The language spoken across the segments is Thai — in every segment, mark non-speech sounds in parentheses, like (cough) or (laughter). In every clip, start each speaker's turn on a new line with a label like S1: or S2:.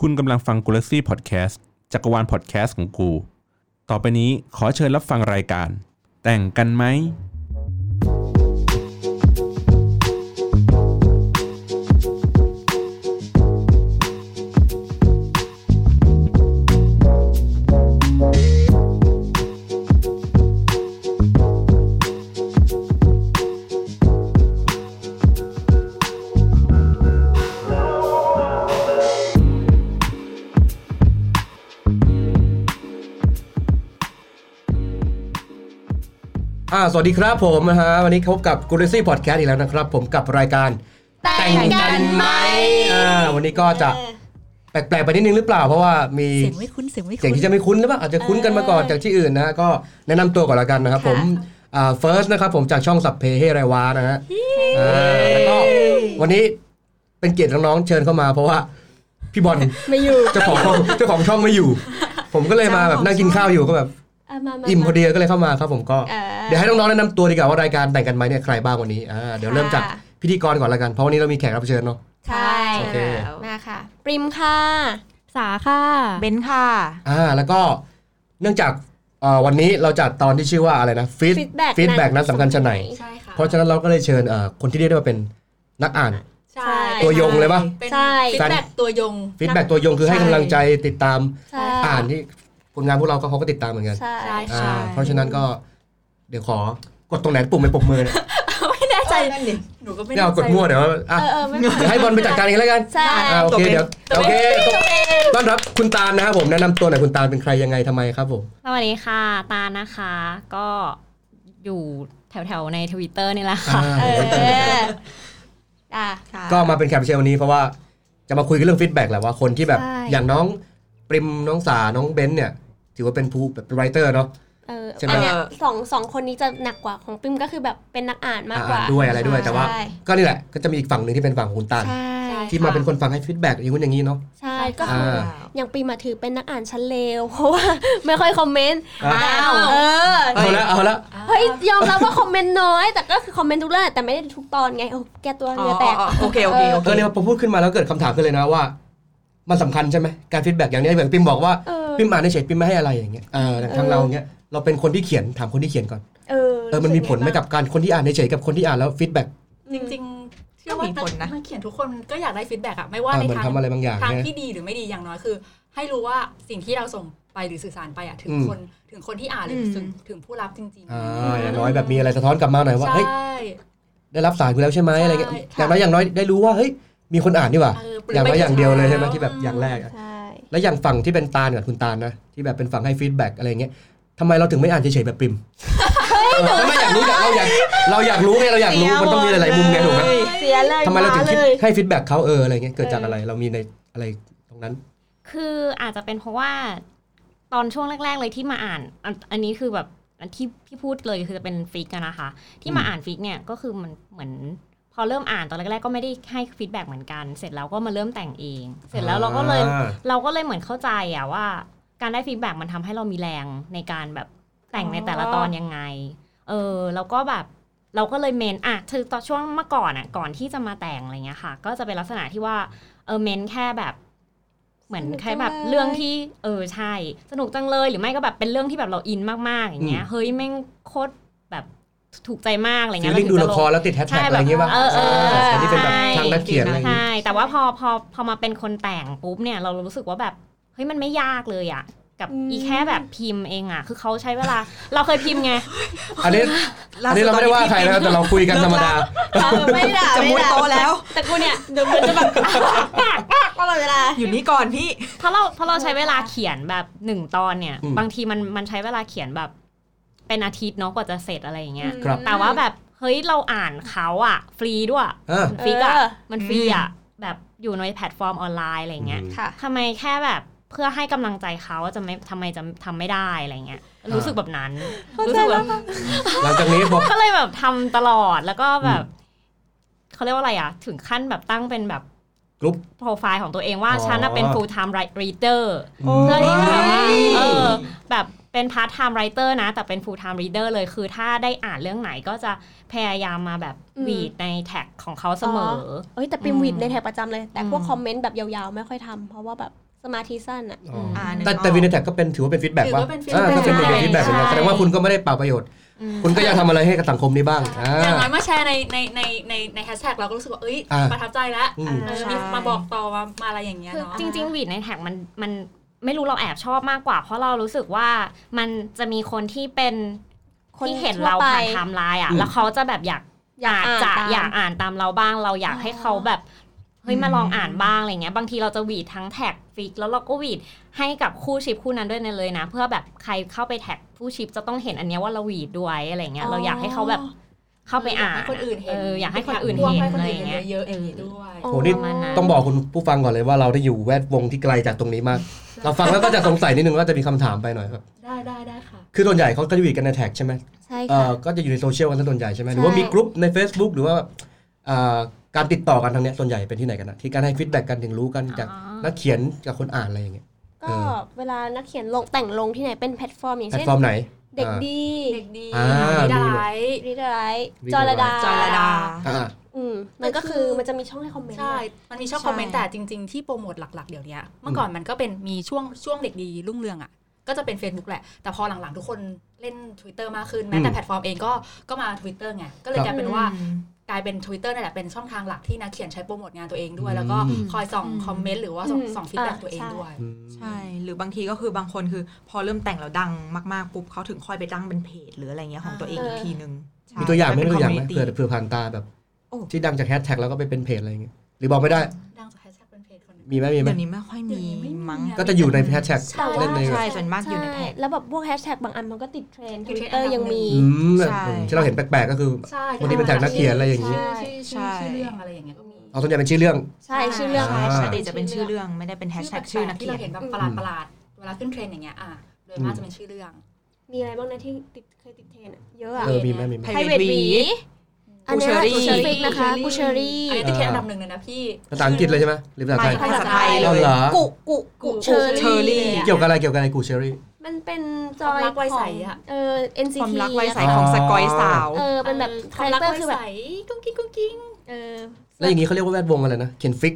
S1: คุณกำลังฟังกูลักซี่พอดแคสต์จักรวาลพอดแคสต์ของกู ต่อไปนี้ขอเชิญรับฟังรายการ แต่งกันไหม
S2: อ่าสวัสดีครับผมนะฮะวันนี้พบกับกูริซี่พอดแคสต์อีกแล้วนะครับ ผมกับรายการ
S3: แต่งกันไหม
S2: อ่าวันนี้ก็จะแปลกๆไปนิดนึงหรือเปล่า เพราะว่ามี
S3: เสียงไม่คุ้นเสียงไม่
S2: เสีย
S3: คุ้
S2: ง
S3: น
S2: ที่จะไม่คุ้นหรือเปล่าอาจจะคุ้นกันมาก่อนจากที่อื่นนะฮะก็แนะนำตัวก่อนละกันนะครับ ผมอ่าเฟิร์สนะครับผมจากช่องสับเพเฮไรวานะฮะอ่าแล้วก็วันนี้เป็นเกียรติน้องๆเชิญเข้ามา เพราะว่าพี่บอล
S4: ไม่อยู่
S2: เจ้าของช่องเจ้าของช่องไม่อยู่ ผมก็เลยมาแบบนั่งกินข้าวอยู่ก็แบบ
S4: ะาา
S2: อิ่มพอดีก็เลยเข้ามาครับผมก็
S4: เออ
S2: เดี๋ยวให้น้องๆแนะนำตัวดีกว่าว่ารายการแต่งกันไหมเนี่ยใครบ้างวันนี้อ่าเดี๋ยวเริ่มจาก
S4: ค่ะ
S2: พิธีกรก่อนละกันเพราะวันนี้เรามีแขกรับเชิญเนาะ
S4: ใช่
S2: โอเค
S4: แล้วมาค่ะปริมค่ะ สาค่ะ
S3: เบนค่ะ
S2: อ่าแล้วก็เนื่องจากเอ่อวันนี้เราจัดตอนที่ชื่อว่าอะไรนะฟีด
S4: feedback
S2: ฟีดแบ็กนั้นสำคัญชะไหน
S4: ใช่ค่ะ
S2: เพราะฉะนั้นเราก็เลยเชิญเอ่อคนที่เรียกได้ว่าเป็นนักอ่าน
S3: ใช่
S2: ตัวยงเลยปะ
S3: เป็น
S4: ใช่
S3: ฟีดแบ็กตัวยง
S2: ฟีดแบ็กตัวยงคือให้กำลังใจติดตาม
S4: ใช่
S2: อ่านที่ผลงานพวกเราก็เขาก็ติดตามเหมือนกัน
S4: ใช่
S2: อ่า
S3: ใช่
S2: เพราะฉะนั้นก็เดี๋ยวขอกดตรงไหนปุ่มไปปุ่มมือเนี่ย
S4: ไม่แน่ใจ
S3: นั่นดิหนูก็ไม่
S2: ไม่เอากดมั่วเดี๋ยวอ่ะ
S4: เออเออไม่เป็นไร
S2: เดี๋ยวให้บอลไปจัดการเองแล้วกัน
S4: ใช่
S2: อ่าโอเคเดี๋ยวโอเค ต้อนรับคุณตาลนะครับผมแนะนำตัวหน่อยคุณตาลเป็นใครยังไงทำไมครับผม
S5: สวัสดีค่ะ ตานะคะ ก็อยู่แถวๆ ในทวิตเตอร์นี่แหละค่ะ
S4: เอ
S2: อ่า
S4: ออ่ะ
S2: ก็มาเป็นแขกรับเชิญวันนี้เพราะว่าจะมาคุยกันเรื่องฟีดแบ็กแหละว่าคนที่แบบ
S4: ใช่
S2: อย่างน้องปริมน้องสาน้องเบนซ์เนี่ย ถือว่าเป็นผู้แบบไรเตอร์เนาะ
S4: เออ
S2: ใช่ไหม
S4: อันเนี้ยสองสองคนนี้จะหนักกว่าของปริมก็คือแบบเป็นนักอ่านมากกว่า
S2: อ่านด้วยอะไรด้วยแต่ว่า
S4: ใช่
S2: ก็นี่แหละก็จะมีอีกฝั่งหนึ่งที่เป็นฝั่งของคุณตาล
S4: ใช่
S2: ที่มาเป็นคนฟังให้ฟีดแบ็กอย่างนู้นอย่างนี้เนาะ
S4: ใช่
S3: ก็
S4: ก็
S3: คื
S4: คืออ
S2: อ่า
S4: อย่างปริมมาถือเป็นนักอ่านชั้นเลว (laughs) เพราะว่า ไม่ค่อยคอมเมนต์
S2: อ่ะ
S4: เออ
S2: เอาละเอาละ
S4: เฮ้ยยอมรับว่าคอมเมนต์น้อย แต่ก็คือคอมเมนต์ทุกเรื่องแต่ไม่ได้ทุกตอนไงโอ้แกตัว
S3: อ๋
S4: เห
S3: อ
S4: งือแตก
S3: อ๋อโอเคโอเคโอ
S2: เอ
S3: เค
S2: อเนี่ยพอพูดขึ้นมาแล้วเกิดคำถามขึ้นเลยนะว่า มันสำคัญใช่ไหมการฟีดแบ็กอย่างเนี้ยอย่างปริมบอกว่า
S4: เออ
S2: ปริมอ่านเฉยๆปริมไม่ให้อะไรอย่างเงี้ยเออทางเราอย่างเงี้ยเราเป็นคนที่เขียนถามคนที่เขียนก่อน
S4: เออ
S2: เออ มันมีผลไหมกับการคนที่อ่านเฉยๆกับคนที่อ่านแล้วฟีดแบ็ก
S3: จริงๆเชื่อว่า
S5: ก็มีผลนะ
S3: นักเขียนทุกคนก็อยากได้ฟีดแบ็กอะไม่ว่าใน
S2: เหมือน
S3: ทาง
S2: ทำอะไรบางอย่าง
S3: ทาง
S2: เนี่ย
S3: ที่ดีหรือไม่ดีอย่างน้อยคือ ให้รู้ว่าสิ่งที่เราส่งไปหรือสื่อสารไปอะถึง
S2: อืม
S3: คนถึงคนที่อ่านหรือถึงถึงผู้รับจริง
S2: อ่
S3: ๆ
S2: าอย่างน้อยแบบมีอะไรสะท้อนกลับมาหน่อยว่า
S3: ใช่
S2: เฮ้ยได้รับสารกูแล้วใช่ไหมอะไรเงี้ย
S3: ใช่
S2: อย่างน้อยอย่างน้อยได้รู้ว่าเฮ้ยมีคนอ่านดีกว่า
S3: เออ
S2: อย่างน้อยอย่างเดียวเลยใช่ไหมที่แบบ
S3: อืม
S2: อย่างแรกอะ
S4: ใช่
S2: แล้วอย่างฝั่งที่เป็นตาลกับคุณตาลนะที่แบบเป็นฝั่งให้ฟีดแบ็กอะไรเงี้ยทำไมเราถึงไม่อ่านเฉยๆแบบปริมเออไม่อยากรู้อยากเราอยากเราอยากรู้ไงเราอยากรู้มันต้องมีหลายๆมุมไงถูกไหม
S4: เสียเลย
S2: ทำไมเราถึงคิด
S4: ลย
S2: ให้ฟีดแบ็กเขาเอออะไรเงี้ยเกิดจากอะไรเรามีในอะไรตรงนั้น
S5: คืออาจจะเป็นเพราะว่าตอนช่วงแรก ๆ เลยที่มาอ่านอันอันนี้คือแบบอันที่ที่พูดเลยคือจะเป็นฟิกอะนะคะ ที่มา
S2: อืม
S5: อ่านฟิกเนี่ยก็คือมันเหมือน พอเริ่มอ่านตอนแรกๆก็ไม่ได้ให้ฟีดแบ็กเหมือนกัน เสร็จแล้วก็มาเริ่มแต่งเอง เสร็จแล้วเราก็เลย
S2: อ่า
S5: เราก็เลยเหมือนเข้าใจอะว่า การได้ฟีดแบ็กมันทำให้เรามีแรงในการแบบแต่งในแต่ละตอนยังไง เออแล้วก็แบบเราก็เลยเมนอะคือตอนช่วงเมื่อก่อนอะก่อนที่จะมาแต่งอะไรเงี้ยค่ะ ก็จะเป็นลักษณะที่ว่าเออเมนแค่แบบ เหมือน
S4: สนุก
S5: แค่แบบ
S4: จังเลย
S5: เรื่องที่เออใช่ สนุกจังเลยหรือไม่ก็แบบเป็นเรื่องที่แบบเราอินมากๆอย่างเงี้ยเฮ้ยแม่งโคตรแบบถูกใจมากอะไร
S2: ฟี
S5: เงี้
S2: ล
S5: ย
S2: ลิ่ง
S5: เรา
S2: ดู
S5: ถึง
S2: ละ
S5: จะล
S2: ค
S5: ง
S2: รแล้วติดแฮชแท็ก
S5: ใช่
S2: อะไรอย่างเงี้ยป่ะ
S5: เออเออ
S2: อันนี้เป็นแบบ
S5: ใช่
S2: ทางนักเขียนอะไรอย่างเงี้ย
S5: ใช่ แต่ว่าพอพอพอมาเป็นคนแต่งปุ๊บเนี่ยเรารู้สึกว่าแบบเฮ้ยมันไม่ยากเลยอะกับ
S4: อืม
S5: อีแค่แบบพิมพ์เองอะคือเขาใช้เวลา เราเคยพิมพ์ไง
S2: อันนี้อันนี้เราไม่ได้ว่าใครนะครับแต่เราคุยกันธรรมดา
S4: ไม่ด่า
S6: จะ
S4: ไม่
S6: มุด
S4: ด่า
S6: โตะแล้ว
S4: แต่กูเนี่ยเดี๋ยวมันจะแบบตลอดเวลา
S6: อยู่นี่ก่อนพี่
S5: (laughs) เพราะเราเพราะเราใช้เวลาเขียนแบบหนึ่งตอนเนี่ย
S2: อืม
S5: บางทีมันมันใช้เวลาเขียนแบบ เป็นอาทิตย์เนาะกว่าจะเสร็จอะไรอย่างเงี้ย
S2: ครับ
S5: แต่ว่าแบบเฮ้ยเราอ่านเขาอะฟรีด้วย
S2: อ่ะ
S5: ฟิกอะ
S4: เออ
S5: มันฟรีอะแบบอยู่ในแพลตฟอร์มออนไลน์อะไรอย่างเงี้ย
S4: ค่ะ
S5: ทำไมแค่แบบเพื่อให้กำลังใจเขาจะไม่ทำไมจะทำไม่ได้อะไรเงี้ย
S2: อ่ารู้
S5: รู้สึกแบบนั้น รู้สึกแบบ
S2: หลังจากนี้พอ
S5: ก็เลยแบบทำตลอดแล้วก็แบบเขาเรียกว่าอะไรอะถึงขั้นแบบตั้งเป็นแบบ
S2: กรุ๊ป
S5: โปรไฟล์ของตัวเองว่า
S2: อ๋อ
S5: ฉันน่ะเป็น full time reader
S2: โอ้
S5: เพื่อที่แบบว่า
S6: โอ้ย
S5: เออแบบเป็น part time writer นะ แต่เป็น full time reader เลยคือถ้าได้อ่านเรื่องไหนก็จะพยายามมาแบบ
S4: อืม
S5: วีดในแท็กของเขาเสมออ
S4: เอ้ยแต่ปริม
S5: อืม
S4: วิดในแท็กประจำเลย แต่พวก
S5: อืม
S4: คอมเมนต์แบบยาวๆ ไม่ค่อยทำเพราะว่าแบบ สมาธิสั้นอะ
S2: อ๋อ
S6: อ่านึก
S2: แต่
S6: ออก
S2: แต่วินาแท็กก็เป็นถือว่าเป็นฟีดแบ็ก
S3: ถือ
S2: ว่า
S3: ว่าเป็น feedback
S2: ก็เป็นหนึ่งในฟีดแบ็กเหมือนกัน
S5: ใช่
S2: แสดงว่าคุณก็ไม่ได้เปล่าประโยชน์
S5: อืม
S2: คุณก็ยังทำอะไรให้กับสังคมนี้บ้างอ่า
S3: อย่างน้อยมาแชร์ในในในในในแฮชแท็กเราก็รู้สึกว่าเอ้ย
S2: อ่า
S3: ประทับใจแล้ว
S2: อืม
S3: เออ
S6: ใช่
S3: มีมาบอกต่อมามาอะไรอย่างเงี้ย
S5: คือ
S3: เนาะ
S5: จริงๆหวีดในแท็กมันมันไม่รู้เราแอบชอบมากกว่า เพราะเรารู้สึกว่ามันจะมีคนที่เป็น
S4: คน
S5: ที่เห็นเราผ่าน
S4: ทั่วไป
S5: ไทม์ไลน์อ่ะ
S2: อืม
S5: แล้วเขาจะแบบอยาก
S4: อยากอ่าน
S5: จะ
S4: ตาม
S5: อยากอ่านตามเราบ้าง เราอยากให้เขาแบบเฮ้ยมาลองอ่านบ้างอะไรเงี้ยบางทีเราจะหวีดทั้งแท็กฟิกแล้วเราก็หวีดให้กับคู่ชิปคู่นั้นด้วยเลยนะ เพื่อแบบใครเข้าไปแท็กผู้ชิปจะต้องเห็นอันเนี้ยว่าเราหวีดด้วยอะไรเงี้ยเราอยากให้เขาแบบเข้าไปอ่า
S3: ยก
S5: น
S3: ให้คนอื่นเห็น
S5: อออยากให้คนอื่นเห็น
S3: ให้คน
S5: อะไร
S3: อื่นเห็
S5: เงี้
S3: น
S5: ย
S3: เยอะๆอย่างนี้ด้วย
S4: โอ้
S2: โหนี่
S5: ประมาณนั้น
S2: ต้องบอกคุณผู้ฟังก่อนเลยว่าเราได้อยู่แวดวงที่ไกลจากตรงนี้มาก เราฟังแล้วก็จะสงสัยนิดนึงว่าจะมีคำถามไปหน่อยครับ
S3: ได้ได้ได้ค่ะ
S2: คือส่วนใหญ่เขาก็จะอยู่กันในแท็กใช่ไหม
S4: ใช่
S2: เอ่
S4: ค่ะ
S2: อก็จะอยู่ในโซเชียลกันซะส่วนใหญ่ใช่ไหม
S4: ใช่
S2: หรือว่ามีกลุ่มใน Facebook หรือว่าเอ่อการติดต่อกันทางเนี้ยส่วนใหญ่เป็นที่ไหนกันนะที่การให้ฟีดแบ็กกันถึงรู้กันจาก
S5: อ๋อ
S2: นักเขียนกับคนอ่านอะไรอย่างเงี้ย เอ
S4: ก็
S2: อ
S4: เวลานักเขียนลงแต่งลงที่ไหนเป็นแพลตฟอร์มอย่าง
S2: แพลต
S4: เช่น
S2: ฟอร์มไหน
S4: เด็ก
S2: อ่า
S4: ดี
S3: เด็กดี
S2: อ่า
S3: นิดา
S2: มี
S3: ไลท์
S4: ริดไร
S2: รีด
S4: จอ
S2: อะไร
S4: รดา
S6: จอยระดา
S2: อ่า
S4: อืมมันก็คือมันจะมีช่องให้คอมเมนต์
S3: ใช่ มันมีช่อง
S6: ใช่
S3: คอมเมนต์แต่จริง ๆ ที่โปรโมทหลัก ๆ เดี๋ยวเนี้ยเมื่อก่อนมันก็เป็นมีช่วงช่วงเด็กดีรุ่งเรืองอ่ะ ก็จะเป็น Facebook แหละ แต่พอหลัง ๆ ทุกคนเล่น Twitter มากขึ้น แม้แต่
S2: อืม
S3: แพลตฟอร์มเองก็ก็มา Twitter ไง ก็เลย
S2: ครับ
S3: กลายเป็นว่า
S6: ว่า
S3: กลายเป็น Twitter นั่นแหละเป็นช่องทางหลักที่นักเขียนใช้โปรโมทงานตัวเองด้วย แล้วก็
S2: อืม
S3: คอยส่อง
S6: อืม
S3: คอมเมนต์หรือว่าส่องส่องฟีดแบ็กตัวเองด้วย
S2: อืม
S6: ใช่ หรือบางทีก็คือบางคนคือ พอเริ่มแต่งแล้วดังมากๆปุ๊บเขาถึงค่อยไปตั้งเป็นเพจหรืออะไรเงี้ยของตัวเองอีกทีนึงใช่
S2: มีตัวอย่างไหมมี
S6: เป็น
S2: ตัวอย่างไหม
S6: community
S2: เผื่อเผื่อผ่านตาแบบ
S6: โอ้
S2: ที่ดังจากแฮชแท็กแล้วก็ไปเป็นเพจอะไรอย่างเงี้ยหรือบอกไม่ได้
S3: ดังจากแฮชแท็กเป็นเพจคนหนึง
S2: มีไหมมีไหม
S6: เดี๋ยวนี้ไม่ค่อยมี
S3: เดี๋ยวนี้ไม่มี
S6: มั้ง
S3: อะ
S2: ก็จะอยู่ในแฮชแท็ก
S3: ใช่
S2: เล่นใน
S6: ใช่ส่วนมากอยู่ในแท็ก
S4: ช่แล้วแบบพวกแฮชแท็กบางอันมันก็ติดเทรนด์
S3: ติ
S4: ท
S3: ด
S4: วิ
S3: เทร
S4: ต
S3: นด์
S4: เตอร์
S3: อันดับ
S4: ยังมี
S3: หนึ่
S2: อืม
S6: ใช่
S2: ที่เราเห็นแปลกๆก็คือ
S3: ใช่
S2: วันนี้เป็นแท็กนักเขียนอะไรอย่างงี้
S3: ชื่อชื่อชื่อเรื่องอะไรอย่างเงี้ยก็มี
S2: เอาส่วนใหญ่เป็นชื่อเรื่อง
S4: ใช่ชื่อเรื่อง
S6: ใช่
S2: อ่า
S6: ปกติจะเป็นชื่อเรื่องไม่ได้เป็นแฮชแท็กชื่อนัก
S3: ที่
S6: เขีย
S3: เรา
S6: น
S3: เห็นแบบประหลาดประหลาดๆเวลาขึ้นเทรนด์อย่างเงี้ยอ่ะโดยมากจะเป็นชื่อเรื่อง
S4: มีอะไรบ้างนะที่ติดเคยติดเทรนด์อะเยอะอะ
S2: เออมีไหมมีไหม
S6: ไทย
S4: ไทยเวทหวีอันเนี้ย
S6: กู
S4: กูเช
S6: เชอ
S4: อ
S6: รี่
S4: รี่นะคะกูเชอรี่
S3: อันนี้ติดเทรนด์อันดับหนึ่งเลยนะพี่
S2: ภาษาอังกฤษเลยใช่ไหมหรือภาษาไทย
S6: ไม่ภาษาไทย
S2: อ๋อ
S6: เลย
S2: เหรอ
S4: กุกุกุเชอ
S6: เชอรี่
S4: รี่
S2: เกี่ยวกับอะไรเกี่ยวกับอะไรกูเชอรี่
S4: มันเป็นจอย
S3: ความรักไว
S4: ข
S3: ใส
S4: อง
S3: อะ
S4: เออ NCT
S6: ความรักไว้ใส
S4: อะ
S6: ของสกอยสาว
S4: เออเป็นแบบคาแรคเตอร์คือแบบ
S3: กุ้งกิ้งกุ้งกิ้ง
S4: เออ
S2: แล้วอย่างนี้เขาเรียกว่าแวดวงอะไรนะเขียนฟิก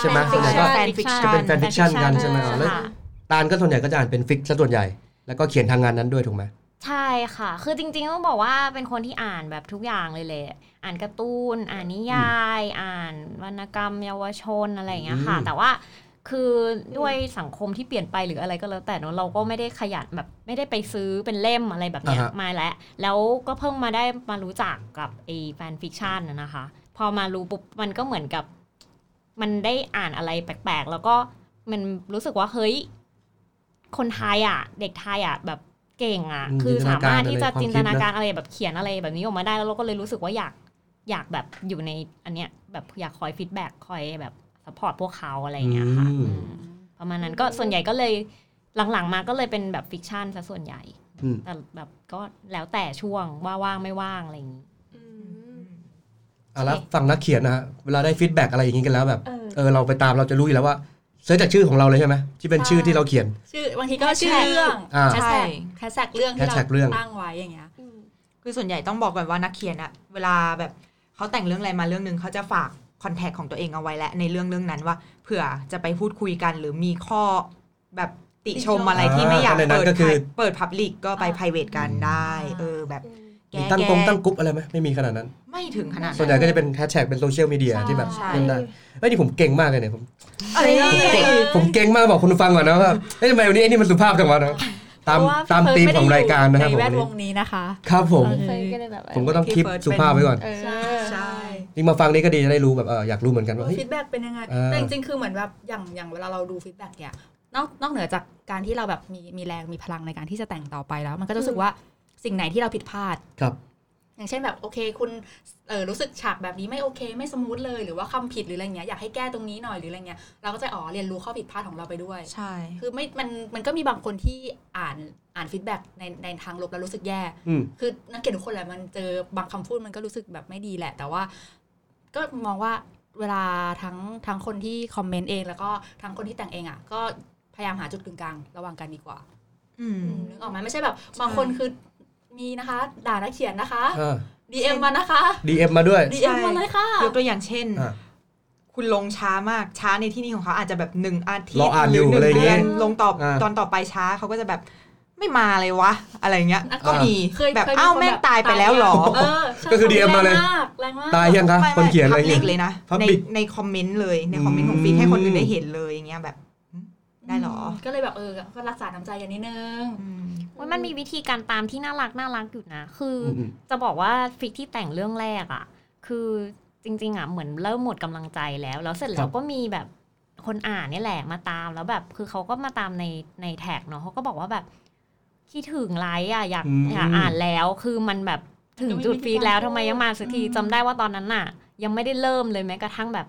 S2: ใช่ไหม
S3: ใช่
S2: ก็
S6: แฟนฟิกชัน
S2: จะเป็นแฟนฟิกชันกันใช่ไหมอ๋อแล้ว
S5: ค่ะ
S2: ตานก็ส่วนใหญ่ก็จะอ่านเป็นฟิกซะส่วนใหญ่ แล้วก็เขียนทางงานนั้นด้วยถูกไหม
S5: ใช่ค่ะ คือจริงๆต้องบอกว่าเป็นคนที่อ่านแบบทุกอย่างเลยแหละ อ่านการ์ตูน อ่านนิยาย อ่านวรรณกรรม เยาวชนอะไรอย่างเงี้ยค่ะ
S2: อืม
S5: แต่ว่าคือด้วยสังคมที่เปลี่ยนไปหรืออะไรก็แล้วแต่เนอะเราก็ไม่ได้ขยันแบบไม่ได้ไปซื้อเป็นเล่มอะไรแบบเนี้ยมาแล้ว แล้วก็เพิ่งมาได้มารู้จักกับไอ้แฟนฟิกชันน่ะนะคะ พอมารู้ปุ๊บมันก็เหมือนกับ มันได้อ่านอะไรแปลกๆ แล้วก็มันรู้สึกว่าเฮ้ย คนไทยอ่ะ เด็กไทยอ่ะ แบบเก่งอ่ะ
S2: อืม
S5: คือสามารถที่จะ
S2: จิ
S5: จิ
S2: น
S5: น
S2: ต
S5: ต
S2: นา
S5: นา
S2: การ
S5: การอะไรแบบเขียนอะไรแบบนี้ออกมาได้แล้วเราก็เลยรู้สึกว่าอยากอยากแบบอยู่ในอันเนี้ยแบบอยากคอยฟีดแบ็กคอยแบบสปอร์ตพวกเขาอะไรอย่างเงี้ยค่ะ
S2: อืม
S5: อืมประมาณนั้นก็ส่วนใหญ่ก็เลยหลังๆ มาก็เลยเป็นแบบฟิกชันซะส่วนใหญ่
S2: อืม
S5: แต่แบบก็แล้วแต่ช่วงว่าว่างไม่ว่างอะไรอย่างนี้
S2: เอาละฝั่งนักเขียนนะฮะเวลาได้ฟีดแบ็กอะไรอย่างนี้กันแล้วแบบ
S4: เออ
S2: เออเราไปตามเราจะรู้อยู่แล้วว่าเสิร์ชจากชื่อของเราเลยใช่ไหมที่เป็นชื่อที่เราเขียน
S3: ชื่อบางทีก็ชื่อเรื่อง
S2: อ่า
S3: แฮชแท็กแฮชแท็กเรื่องที่
S2: แฮชแท็กเรื่อง
S3: เราตั้งไว้อย่างเงี้ย
S4: อืม
S6: คือส่วนใหญ่ต้องบอกก่อนว่านักเขียนอะเวลาแบบเขาแต่งเรื่องอะไรมาเรื่องหนึ่งเขาจะฝากคอนแทคของตัวเองเอาไว้และในเรื่องเรื่องนั้นว่าเผื่อจะไปพูดคุยกันหรือมีข้อแบบติชมอะไรที่ไม่อยาก
S2: อ่าในนั้
S6: เปิ
S2: น
S6: ด
S2: ก็คือ
S6: เปิดพับลิกก็ไป
S3: อ่า
S6: p r i v a t กันได้ เออแบบแก
S2: มีตั้งกง
S6: แก
S2: ตั้งกรุ๊ปอะไรไหมไม่มีขนาดนั้น
S6: ไม่ถึงขนาด
S2: ส่วนใหญ่ก็จะเป็นแฮชแท็กเป็นโซเชียลมีเดียที่แบบ
S3: ใช่
S2: เล่นได้เฮ้ยนี่ผมเก่งมากเลยเนี่ยผม
S6: เอ้ย
S2: เก่งผมเก่งมากบอกคุณผู้ฟังก่อนนะว่าเฮ้ยทำไมวันนี้ไอ้นี่มันสุภาพจังวะเนาะตาม
S3: เพระว่
S2: ตามธี
S3: พี่
S2: ม
S3: เฟิ
S2: ของรายการนะครับ
S3: ใน
S2: ผม
S3: แว
S2: วั
S3: ด
S2: น
S3: ว
S2: นี้
S3: งนี้นะคะ
S2: ครับผม
S4: เคยก็เลยแบบว่า
S2: ผมก็ต้องคลิป
S6: พี่เฟิร์ส
S2: สุภาพไว้ก่อน
S4: เออ
S3: ใช่
S6: ใช่
S2: นี่มาฟังนี่ก็ดีจะได้รู้แบบเอออยากรู้เหมือนกันว่าเฮ้ย
S3: ฟีดแบ็กเป็นยังไง
S2: เออ
S3: แต่จริงๆ คือเหมือนแบบอย่างอย่างเวลาเราดูฟีดแบ็กเนี่ยนอกนอกเหนือจากการที่เราแบบมีมีแรงมีพลังในการที่จะแต่งต่อไปแล้ว มันก็จะรู้สึกว่าสิ่งไหนที่เราผิดพลาด
S2: ครับ
S3: อย่างเช่นแบบโอเคคุณเออรู้สึกฉากแบบนี้ไม่โอเคไม่สมูทเลยหรือว่าคำผิดหรืออะไรเงี้ยอยากให้แก้ตรงนี้หน่อยหรืออะไรเงี้ยเราก็จะอ๋อเรียนรู้ข้อผิดพลาดของเราไปด้วย
S6: ใช่
S3: คือไม่มันมันก็มีบางคนที่อ่านอ่านฟีดแบ็กในในทางลบแล้วรู้สึกแย่
S2: อืม
S3: คือนักเขียนทุกคนแหละมันเจอบางคำพูดมันก็รู้สึกแบบไม่ดีแหละ แต่ว่าก็มองว่าเวลาทั้งทั้งคนที่คอมเมนต์เองแล้วก็ทั้งคนที่แต่งเองอ่ะก็พยายามหาจุดกึ่งกลางระหว่างกันดีกว่า
S6: อืม
S3: นึกออกไหมไม่ใช่แบบบางคนคือมีนะคะ ด่านักเขียนนะคะ
S2: อ่า
S3: DM มานะคะ
S2: ดีเอ็มมาด้วย
S3: DM มาเลยค่ะ
S6: ยกตัวอย่างเช่น
S2: อ่ะ
S6: คุณลงช้ามากช้าในที่นี่ของเขาอาจจะแบบหนึ่งอาทิต
S2: รอ
S6: ย์
S2: อ่าน
S6: ห
S2: อยู่
S6: รือหนึ่
S2: อะไร
S6: ง
S2: อย่างเงี้
S6: เดือย นลงตอบ
S2: อ่า
S6: ตอนต่อไปช้าเขาก็จะแบบไม่มาเลยวะ อะไรเงี้ย ก็มี
S3: เคย
S6: แบบ
S3: เคย
S6: อ้าว
S3: คน
S6: แม่งตายไปแล้วเหรอ
S3: เออใช่
S2: ก็คือ
S3: แรง
S2: DM มาเลย
S3: กแรงมาก
S2: ตายยังคะคนเขียนอะไร
S6: พับลิ
S2: เงี้
S6: กเลย ยนะ ใน
S2: Public
S6: ในคอมเมนต์เลยในคอมเมนต์ของฟีด
S2: อืม
S6: ให้คนอื่นได้เห็นเลยอย่างเงี้ยแบบ ได้เหรอ
S3: ก็เลยแบบเออก็รักษาน้ำใจกันนิดนึง
S6: อืม
S5: โอ้ยมันมีวิธีการตามที่น่ารักน่ารักอยู่นะ คืออ
S2: ม
S5: จะบอกว่าฟิกที่แต่งเรื่องแรกอ่ะ คือจริง ๆอ่ะเหมือนเริ่มหมดกำลังใจแล้ว แล้วเสร็จแล้วก็มีแบบคนอ่านเนี่ยแหละมาตามแล้วแบบคือเขาก็มาตามในในแท็กเนาะเขาก็บอกว่าแบบคิดถึงไลฟ์อ่ะอยาก
S2: อืม
S5: อยากอ่านแล้วคือมันแบบถึงจุดฟีดแล้วทำไมยังมาสักที
S3: อืม
S5: จำได้ว่าตอนนั้นน่ะ ยังไม่ได้เริ่มเลยแม้กระทั่งแบบ